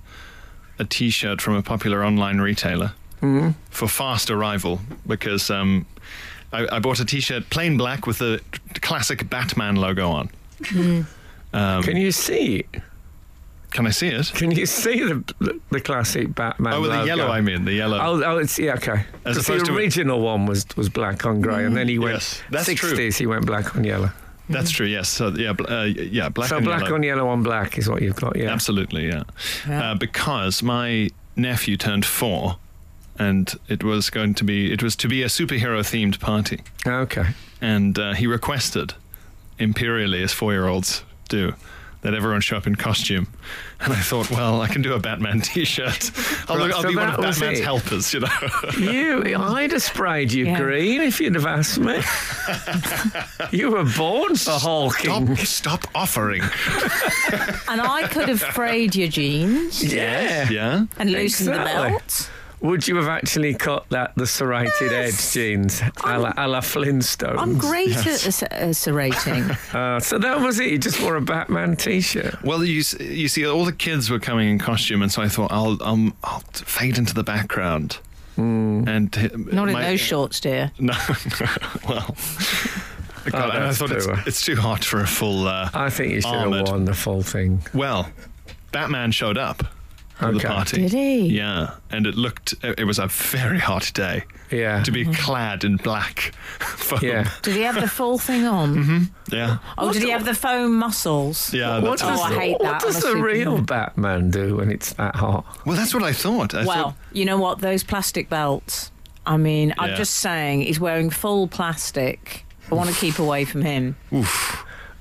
D: a T-shirt from a popular online retailer
C: Mm.
D: for fast arrival because um, I, I bought a T-shirt plain black with the classic Batman logo on. Um,
C: Can you see? it?
D: can I see it?
C: Can you see the the, the classic Batman?
D: Oh, with
C: logo?
D: the yellow, I mean the yellow.
C: Oh, oh, it's yeah, okay.
D: As
C: 'Cause the
D: opposed to- Mm.
C: original one was was black on grey, and then he went
D: Yes, that's true.
C: 60s. He went black on yellow.
D: That's true. Yes. So yeah, bl- uh, yeah, black
C: so
D: and
C: black
D: yellow.
C: on yellow on black is what you've got. Yeah,
D: Absolutely, yeah.
E: Yeah.
D: Uh, because my nephew turned four, and it was going to be it was to be a superhero themed party,
C: okay.
D: and uh, he requested imperially as four year olds do that everyone show up in costume. And I thought, well, I can do a Batman (laughs) T-shirt. I'll,
C: Right,
D: look, I'll
C: so
D: be one
C: that
D: of
C: was
D: Batman's
C: it.
D: helpers, you know.
C: (laughs) You, I'd have sprayed you
E: Yeah.
C: green if you'd have asked
D: (laughs)
C: me. you were born for hulking.
D: stop offering.
E: And I could have frayed your jeans
C: Yeah.
D: Yeah.
E: and loosened
C: Exactly.
E: the belt.
C: Would you have actually cut that the serrated edge jeans, a la, a la Flintstones?
E: I'm great at uh,
D: (laughs)
E: serrating.
C: Uh, so that was it. You just wore a Batman T-shirt.
D: Well, you s- you see, all the kids were coming in costume, and so I thought I'll um, I'll t- fade into the background.
C: Hmm.
D: And h-
E: Not in
D: my-
E: those shorts, dear.
D: (laughs) No, well, God, and I
C: Oh, that's
D: thought
C: too
D: it's,
C: much.
D: it's too hot for a full. Uh,
C: I think you should have
D: Armoured.
C: worn the full thing.
D: well, Batman showed up to the
C: Okay.
D: party.
E: Did he?
D: Yeah, and it looked. It it was a very hot day.
C: Yeah.
D: To be
E: Mm-hmm.
D: clad in black. (laughs) foam.
C: Yeah.
E: Did he have the full thing on?
D: Yeah.
E: Oh, did he have the foam muscles?
D: Mm-hmm. Yeah.
C: What
D: that's-
E: Oh,
C: does,
E: I hate
C: what
E: that on
C: does
E: a
C: the
E: superhero.
C: real Batman do when it's that hot?
D: well, that's what I thought. I
E: Well,
D: thought,
E: you know what? Those plastic belts. I mean, I'm
D: Yeah.
E: just saying, he's wearing full plastic. I want to keep away from him.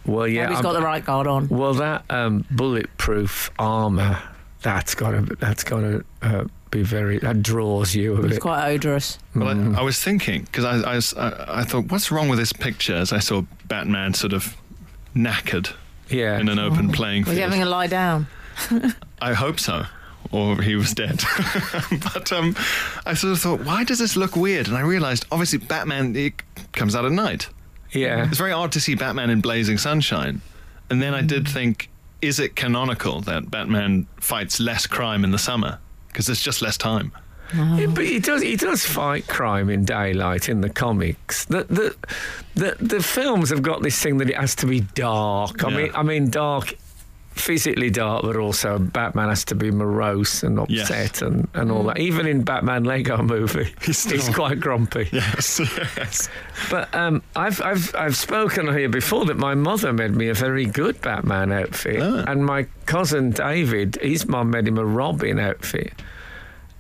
C: Well, yeah.
E: Hope he's
C: I'm-
E: got the right guard on.
C: Well, that um, bulletproof armor, that's gotta, that's gotta uh, be very. That draws you a
E: It's
C: bit.
E: quite odorous.
D: Well,
C: Mm.
D: I, I was thinking because I, I, was- I, I thought, what's wrong with this picture? As I saw Batman sort of knackered
C: Yeah.
D: in an open playing
E: Was
D: field.
E: he having a lie down?
D: I hope so. Or he was dead. (laughs) but um, I sort of thought, why does this look weird? And I realised, obviously, Batman it comes out at night.
C: yeah.
D: It's very odd to see Batman in blazing sunshine. And then I
C: Mm.
D: did think, is it canonical that Batman fights less crime in the summer? Because there's just
C: (laughs)
D: less time. (laughs)
C: Yeah, but he does. He does fight crime in daylight in the comics. The the the, the films have got this thing that it has to be dark. I
D: Yeah.
C: mean, I mean dark. Physically dark, but also Batman has to be morose and
D: Yes.
C: upset and, and all that. Even in Batman Lego movie, he's,
D: still-
C: quite grumpy.
D: Yes, yes.
C: But um, I've, I've, I've spoken here before that my mother made me a very good Batman outfit.
D: Ah.
C: And my cousin David, his mum made him a Robin outfit.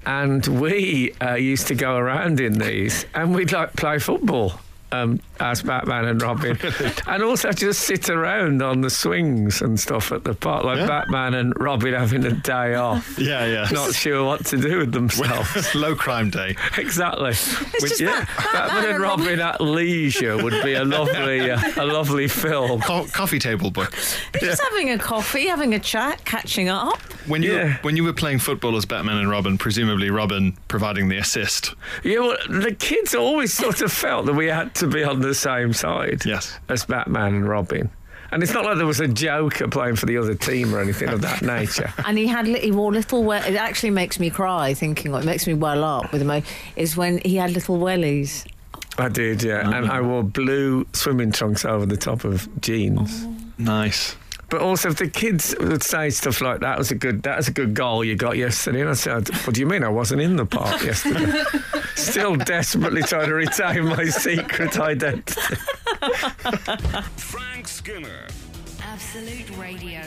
C: And we uh, used to go around in these and we'd like play football. Um, as Batman and
D: (laughs)
C: Robin, and also just sit around on the swings and stuff at the park, like
D: Yeah.
C: Batman and Robin having a day
D: (laughs)
C: off,
D: Yeah, yeah.
C: not sure what to do with themselves.
D: Low crime day.
C: (laughs) Exactly. With-
E: just
C: yeah,
E: Bat-
C: Batman
E: Batman
C: and
E: and
C: Robin at leisure would be a lovely, uh, a lovely film.
D: Co- coffee table book.
E: Just having a coffee, having a chat, catching up.
D: When you
C: Yeah.
D: when you were playing football as Batman and Robin, presumably Robin providing the assist.
C: You know, the kids always sort of felt that we had to be on the same side
D: Yes.
C: as Batman and Robin. And it's not like there was a Joker playing for the other team or anything of that nature.
E: And he had li- he wore little. We- it actually makes me cry thinking. It makes me well up with emo. Is when he had little wellies.
C: I did, yeah. And I wore blue swimming trunks over the top of jeans.
D: Nice.
C: But also, if the kids would say stuff like that was a good that was a good goal you got yesterday, and I said, "What do you mean I wasn't in the park
E: (laughs)
C: yesterday?" Still desperately trying to retain my secret identity.
A: Frank Skinner.
B: Absolute Radio.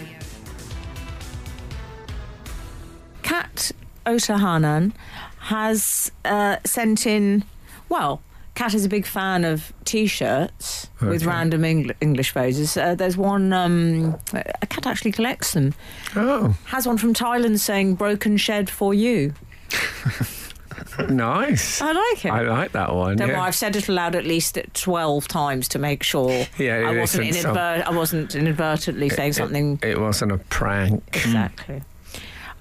E: Kat Otahanan has uh, sent in. Well, Kat is a big fan of T-shirts with
C: Okay.
E: random Engl- English phrases. Uh, there's one. Um, uh, Kat actually collects them.
C: Oh,
E: Has one from Thailand saying "broken shed for you."
C: nice!
E: I like it.
C: I like that one.
E: Don't
C: yeah.
E: worry, I've said it aloud at least twelve times to make sure
C: Yeah, it
E: I wasn't
C: isn't some-
E: inadvert- I wasn't inadvertently saying something
C: It Mm. wasn't a prank.
E: exactly.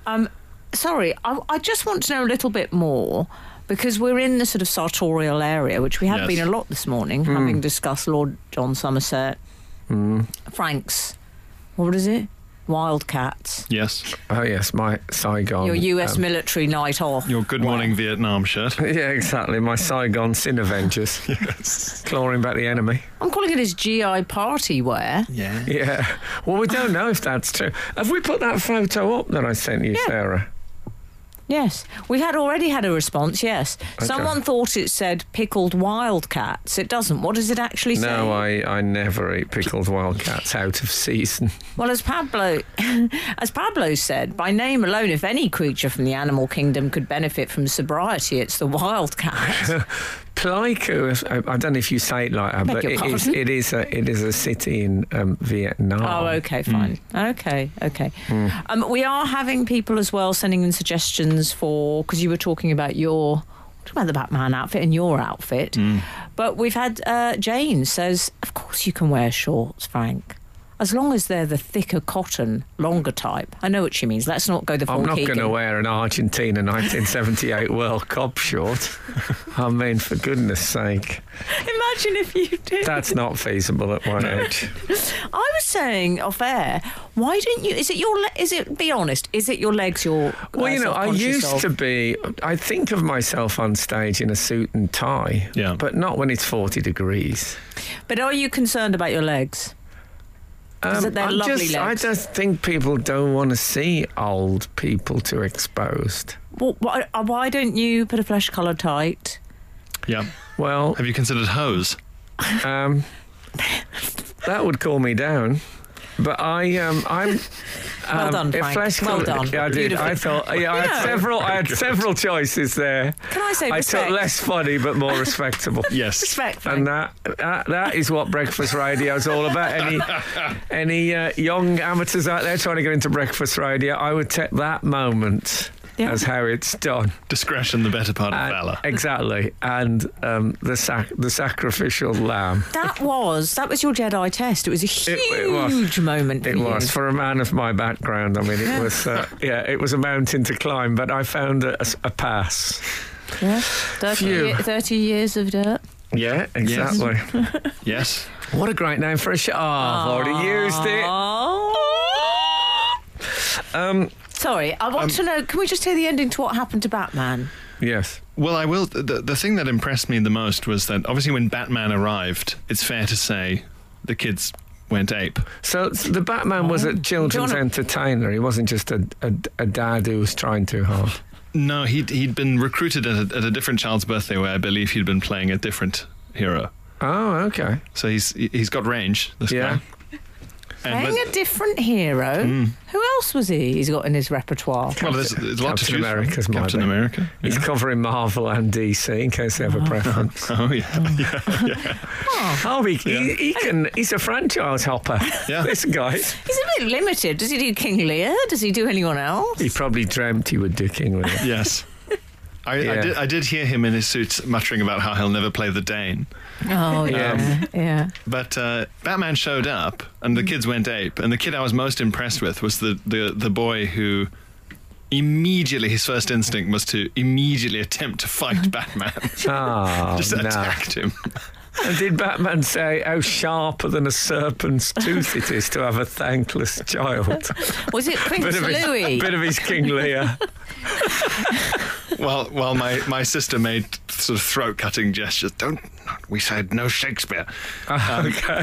E: Um, sorry, I, I just want to know a little bit more because we're in the sort of sartorial area, which we have
D: Yes.
E: been a lot this morning,
C: Mm.
E: having discussed Lord John Somerset, Frank's, what is it, Wildcats,
D: Yes.
C: Oh yes, my Saigon.
E: your U.S.
C: um, (laughs)
E: military night off.
D: Your Good Morning Vietnam shirt.
C: yeah, exactly. My Saigon Sin
E: (laughs)
C: Avengers, clawing back the enemy.
E: I'm calling it his GI party wear.
D: Yeah.
C: Yeah. Well, we don't know if that's true. Have we put that photo up that I sent you,
E: Yeah.
C: Sarah?
E: Yes, we had already had a response. Yes, someone thought it said pickled wildcats. It doesn't. What does it actually say?
C: No, I, I never eat pickled wildcats out of (laughs) season.
E: Well, as Pablo, (laughs) as Pablo said, by name alone, if any creature from the animal kingdom could benefit from sobriety, it's the wildcat.
C: Pleiku, I I don't know if you say it like that,
E: Beg
C: but
E: your
C: it is,
E: pardon?
C: it, is a, it is a city in um, mm. Vietnam.
E: Oh, okay, fine. Okay, okay. Um, we are having people as well sending in suggestions for because you were talking about your talking about the Batman outfit and your outfit,
C: Mm.
E: but we've had uh, Jane says, of course you can wear shorts, Frank. As long as they're the thicker cotton, longer type. I know what she means. Let's not go the full
C: I'm not going to
E: Keegan.
C: wear an Argentina 1978 World Cup short. I mean, for goodness sake,
E: (laughs) Imagine if you did.
C: that's not feasible at my age.
E: I was saying off air, why didn't you? Is it your? Le- is it? Be honest. Is it your legs? Your
C: Well,
E: uh,
C: you know, I
E: self-conscious
C: used
E: of?
C: to be. I think of myself on stage in a suit and tie,
D: Yeah.
C: but not when it's 40 degrees.
E: But are you concerned about your legs? Is it their
C: Um, I
E: lovely
C: just, I
E: legs?
C: just think people don't want to see old people too exposed.
E: Well, why, uh, why don't you put a flesh collar tight?
D: Yeah.
C: Well,
D: Have you considered hose?
C: um, that would cool me down. But I, um, I'm.
E: (laughs) Well
C: um,
E: done,
C: if
E: Frank.
C: flesh
E: Well
C: colour-
E: done.
C: Yeah, I did. I
E: Beautiful.
C: thought. Yeah, I had
E: Yeah.
C: several. I had several choices there.
E: Can I say
C: I
E: respect?
C: took less funny but more
E: (laughs)
C: respectable.
D: Yes.
E: Respect, Frank.
C: And that, that that is what breakfast radio is all about. (laughs) Any any uh, young amateurs out there trying to get into breakfast radio, I would take that moment
E: Yeah.
C: as how it's done.
D: Discretion, the better part of
C: And-
D: valor.
C: exactly, and um, the sac- the sacrificial lamb.
E: That was that was your Jedi test. It was a
C: It-
E: huge
C: it was.
E: moment.
C: It
E: for
C: was
E: you.
C: for a man of my background. I mean, it was uh, yeah, it was a mountain to climb, but I found a, a pass.
E: Yeah. 30,
C: Phew.
E: ye- 30 years of dirt.
C: Yeah, exactly.
D: Yes.
C: (laughs) What a great name for a show! Oh, I've already used it.
E: Oh.
C: Um,
E: Sorry, I want to know. Can we just hear the ending to what happened to Batman?
C: yes.
D: Well, I will. The, the thing that impressed me the most was that obviously when Batman arrived, it's fair to say the kids went ape.
C: So s- the Batman was
D: Oh.
C: a children's
E: wanna-
C: entertainer. He wasn't just a, a, a dad who was trying too hard.
D: No, he'd, he'd been recruited at a, at a different child's birthday where I believe he'd been playing a different hero.
C: Oh, okay.
D: So he's he- he's got range, this
C: Yeah.
D: guy.
C: Um,
D: And
E: Playing a
D: but-
E: different hero.
C: Hmm.
E: Who else was he? He's got in his repertoire.
D: well, there's, there's a lot to
C: Captain
D: choose from.
C: America's my
D: Captain
C: bit.
D: America.
C: He's
D: yeah.
C: covering Marvel and DC in case they have a preference.
D: (laughs) Oh yeah, yeah,
C: Oh, he, he, he can. He's a franchise hopper. (laughs)
D: Yeah.
C: This guy.
E: He's a bit limited. Does he do King Lear? Does he do anyone else?
C: He probably dreamt he would do King
D: (laughs)
C: Lear.
D: yes. I,
C: Yeah.
D: I, did, I did hear him in his suits muttering about how he'll never play the Dane.
E: Oh yeah, yeah.
D: But uh, Batman showed up, and the kids went ape. And the kid I was most impressed with was the, the, the boy who immediately his first instinct was to immediately attempt
C: (laughs)
D: to fight Batman.
C: Oh,
D: (laughs) Just
C: no.
D: attacked him.
C: And did Batman say how sharper than a serpent's tooth it is to have a thankless child?
D: (laughs)
E: Was it Prince
C: bit, of his,
E: Louis?
C: bit of his King Lear.
D: while while my, my sister made sort of throat cutting gestures. Don't we said no Shakespeare.
C: okay.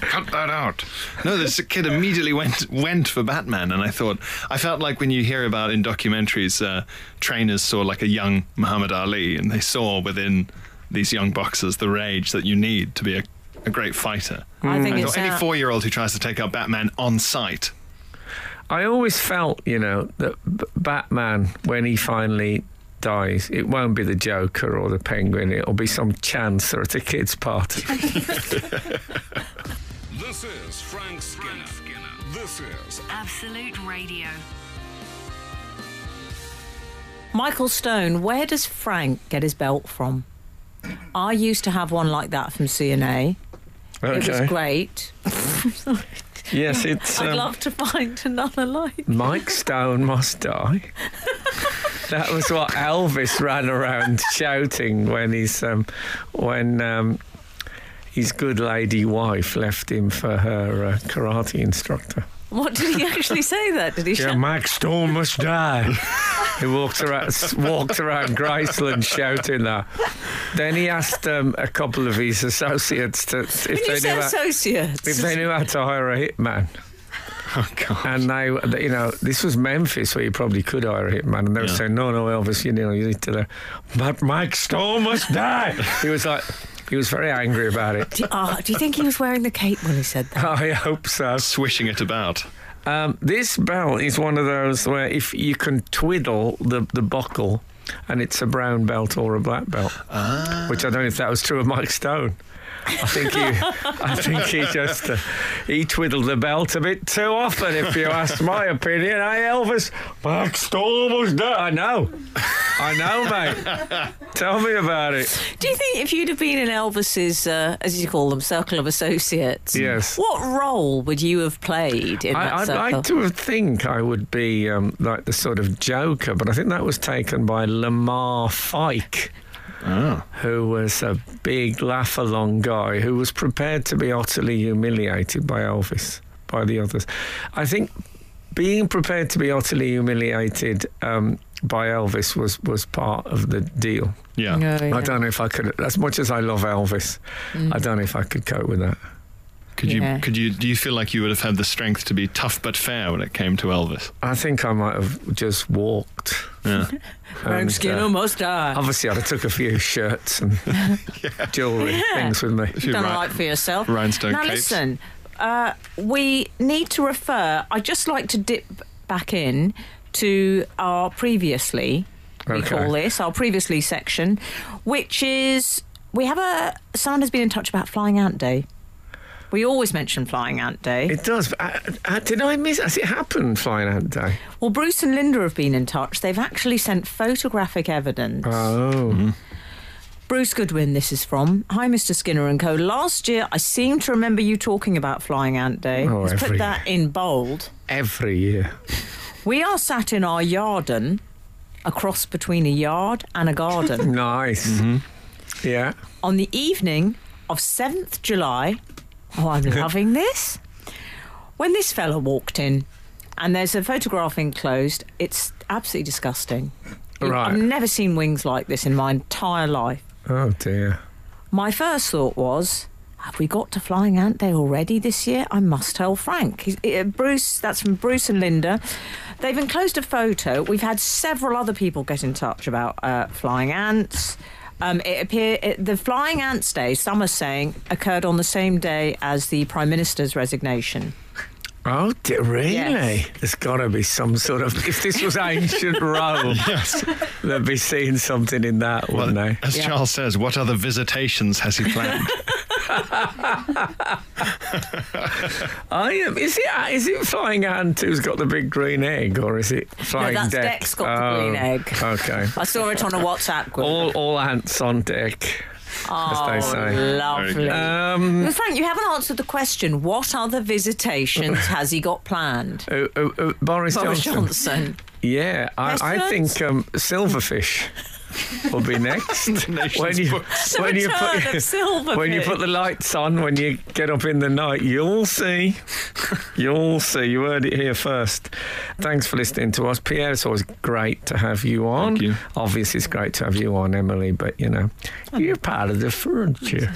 D: Cut that out. No, this kid immediately went went for Batman, and I thought I felt like when you hear about in documentaries, uh, trainers saw like a young Muhammad Ali, and they saw within these young boxers the rage that you need to be a, a great fighter.
E: I
C: Mm.
E: think
D: I
E: it's uh,
D: thought any
E: out.
D: four year old who tries to take out Batman on sight. (laughs)
C: I always felt, you know, that B- Batman, when he finally dies, it won't be the Joker or the Penguin. It'll be some chancer at a kid's party.
A: This is Frank Skinner. This is
B: Absolute Radio.
E: Michael Stone. Where does Frank get his belt from? I used to have one like that from CNA. (laughs) It was great.
C: Yes, it's
E: I'd
C: um,
E: love (laughs) to find another like.
C: Mike Stone must die. that was what Elvis ran
E: (laughs)
C: around shouting when his um, when um, his good lady wife left him for her uh, karate instructor.
E: What did he actually say? That did he?
C: Yeah,
E: shout-
C: Mike Stone must die. (laughs) he walked around, walked around Graceland shouting that. Then he asked um, a couple of his associates to, if,
E: when you
C: they
E: say
C: knew how,
E: associates,
C: if they knew how to hire a hitman.
D: Oh God.
C: And they, you know, this was Memphis where you probably could hire a hitman. And they were
D: Yeah.
C: saying, no, no, Elvis, you know, you need to, but Mike Stone must die. he was like, he was very angry about it.
E: do, ah, do you think he was wearing the cape when he said that?
C: (laughs) I hope so.
D: Swishing it about.
C: Um, this belt is one of those where if you can twiddle the, the buckle, and it's a brown belt or a black belt. Which I don't know if that was true of Mike Stone. I think he, I think he just uh, he twiddled the belt a bit too often. If you ask my opinion, hey Elvis, Mike Stone was dead. I know, I know, mate. Tell me about it.
E: Do you think if you'd have been in Elvis's, uh, as you call them, circle of associates,
C: Yes.
E: what role would you have played in that
C: I, I'd
E: circle?
C: like to think I would be um, like the sort of Joker, but I think that was taken by Lamar Fike. Who was a big laugh along guy who was prepared to be utterly humiliated by Elvis, by the others. I think being prepared to be utterly humiliated um, by Elvis was, was part of the deal.
D: Yeah.
E: No, yeah. Mm.
C: I don't know if I could, as much as I love Elvis, I don't know if I could cope with that.
D: Could you?
E: Yeah.
D: Could you? Do you feel like you would have had the strength to be tough but fair when it came to Elvis?
C: I think I might have just walked.
D: Yeah.
E: (laughs)
C: and,
E: Frank Skinner
C: uh,
E: must die.
C: Obviously, I took a few shirts and jewellery things with me.
D: You're
E: done
D: right.
E: a lot for yourself.
D: Rhinestone
E: now
D: capes.
E: listen, uh, we need to refer. I just like to dip back in to our previously. We
C: Okay.
E: call this our previously section, which is we have a someone has been in touch about Flying Ant Day. We always mention Flying Ant Day.
C: It does. But I, I, did I miss? Has it happened, Flying Ant Day?
E: well, Bruce and Linda have been in touch. They've actually sent photographic evidence.
C: Oh,
E: Bruce Goodwin, this is from. Hi, Mr. Skinner and Co. Last year, I seem to remember you talking about Flying Ant Day.
C: Oh,
E: Let's
C: every
E: put that in bold.
C: every year.
E: We are sat in our yarden, a cross between a yard and a garden,
C: Nice. Yeah.
E: on the evening of 7th July. Oh, I'm loving this. When this fella walked in, and there's a photograph enclosed, it's absolutely disgusting. You-
C: Right.
E: I've never seen wings like this in my entire life.
C: Oh dear.
E: My first thought was, have we got to Flying Ant Day already this year? I must tell Frank. He's, eh, Bruce, that's from Bruce and Linda. They've enclosed a photo. We've had several other people get in touch about uh, flying ants. Um, it appear it, the Flying Ants Day, some are saying, occurred on the same day as the Prime Minister's resignation.
C: Oh, dear, really?
E: Yes.
C: There's got to be some sort of. If this was ancient Rome, they'd be seeing something in that,
D: Well,
C: wouldn't they?
D: as
E: Yeah.
D: Charles says, what other visitations has he planned?
C: I am. Is it? uh, Is it flying ant who's got the big green egg, or is it flying
E: that's
C: deck?
E: Deck's got the green egg.
C: Okay.
E: I saw it on a WhatsApp group.
C: Oh.
E: Oh,
C: all all ants on deck. as they say.
E: lovely.
C: Um,
E: Well, Frank, you haven't answered the question. What
C: (laughs)
E: other visitations has he got planned?
C: uh, uh, uh, Boris,
E: Boris
C: Johnson.
E: Johnson.
C: Yeah, I, I
E: Pestilence?
C: think um, silverfish will be next. when you when you (laughs)
E: return
C: put
E: of silverfish.
C: when you put the lights on when you get up in the night, you'll see. You'll see. You heard it here first. Thanks for listening to us, Pierre. It's always great to have you on.
D: Thank you.
C: Obviously, it's great to have you on, Emily. But you know, you're part of the furniture.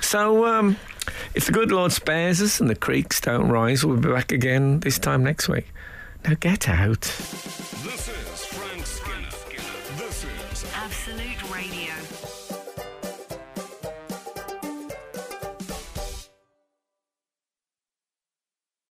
C: so. Um, if the good Lord spares us and the creeks don't rise, we'll be back again this time next week. Now get out.
A: This is Frank Skinner. This is
B: Absolute Radio.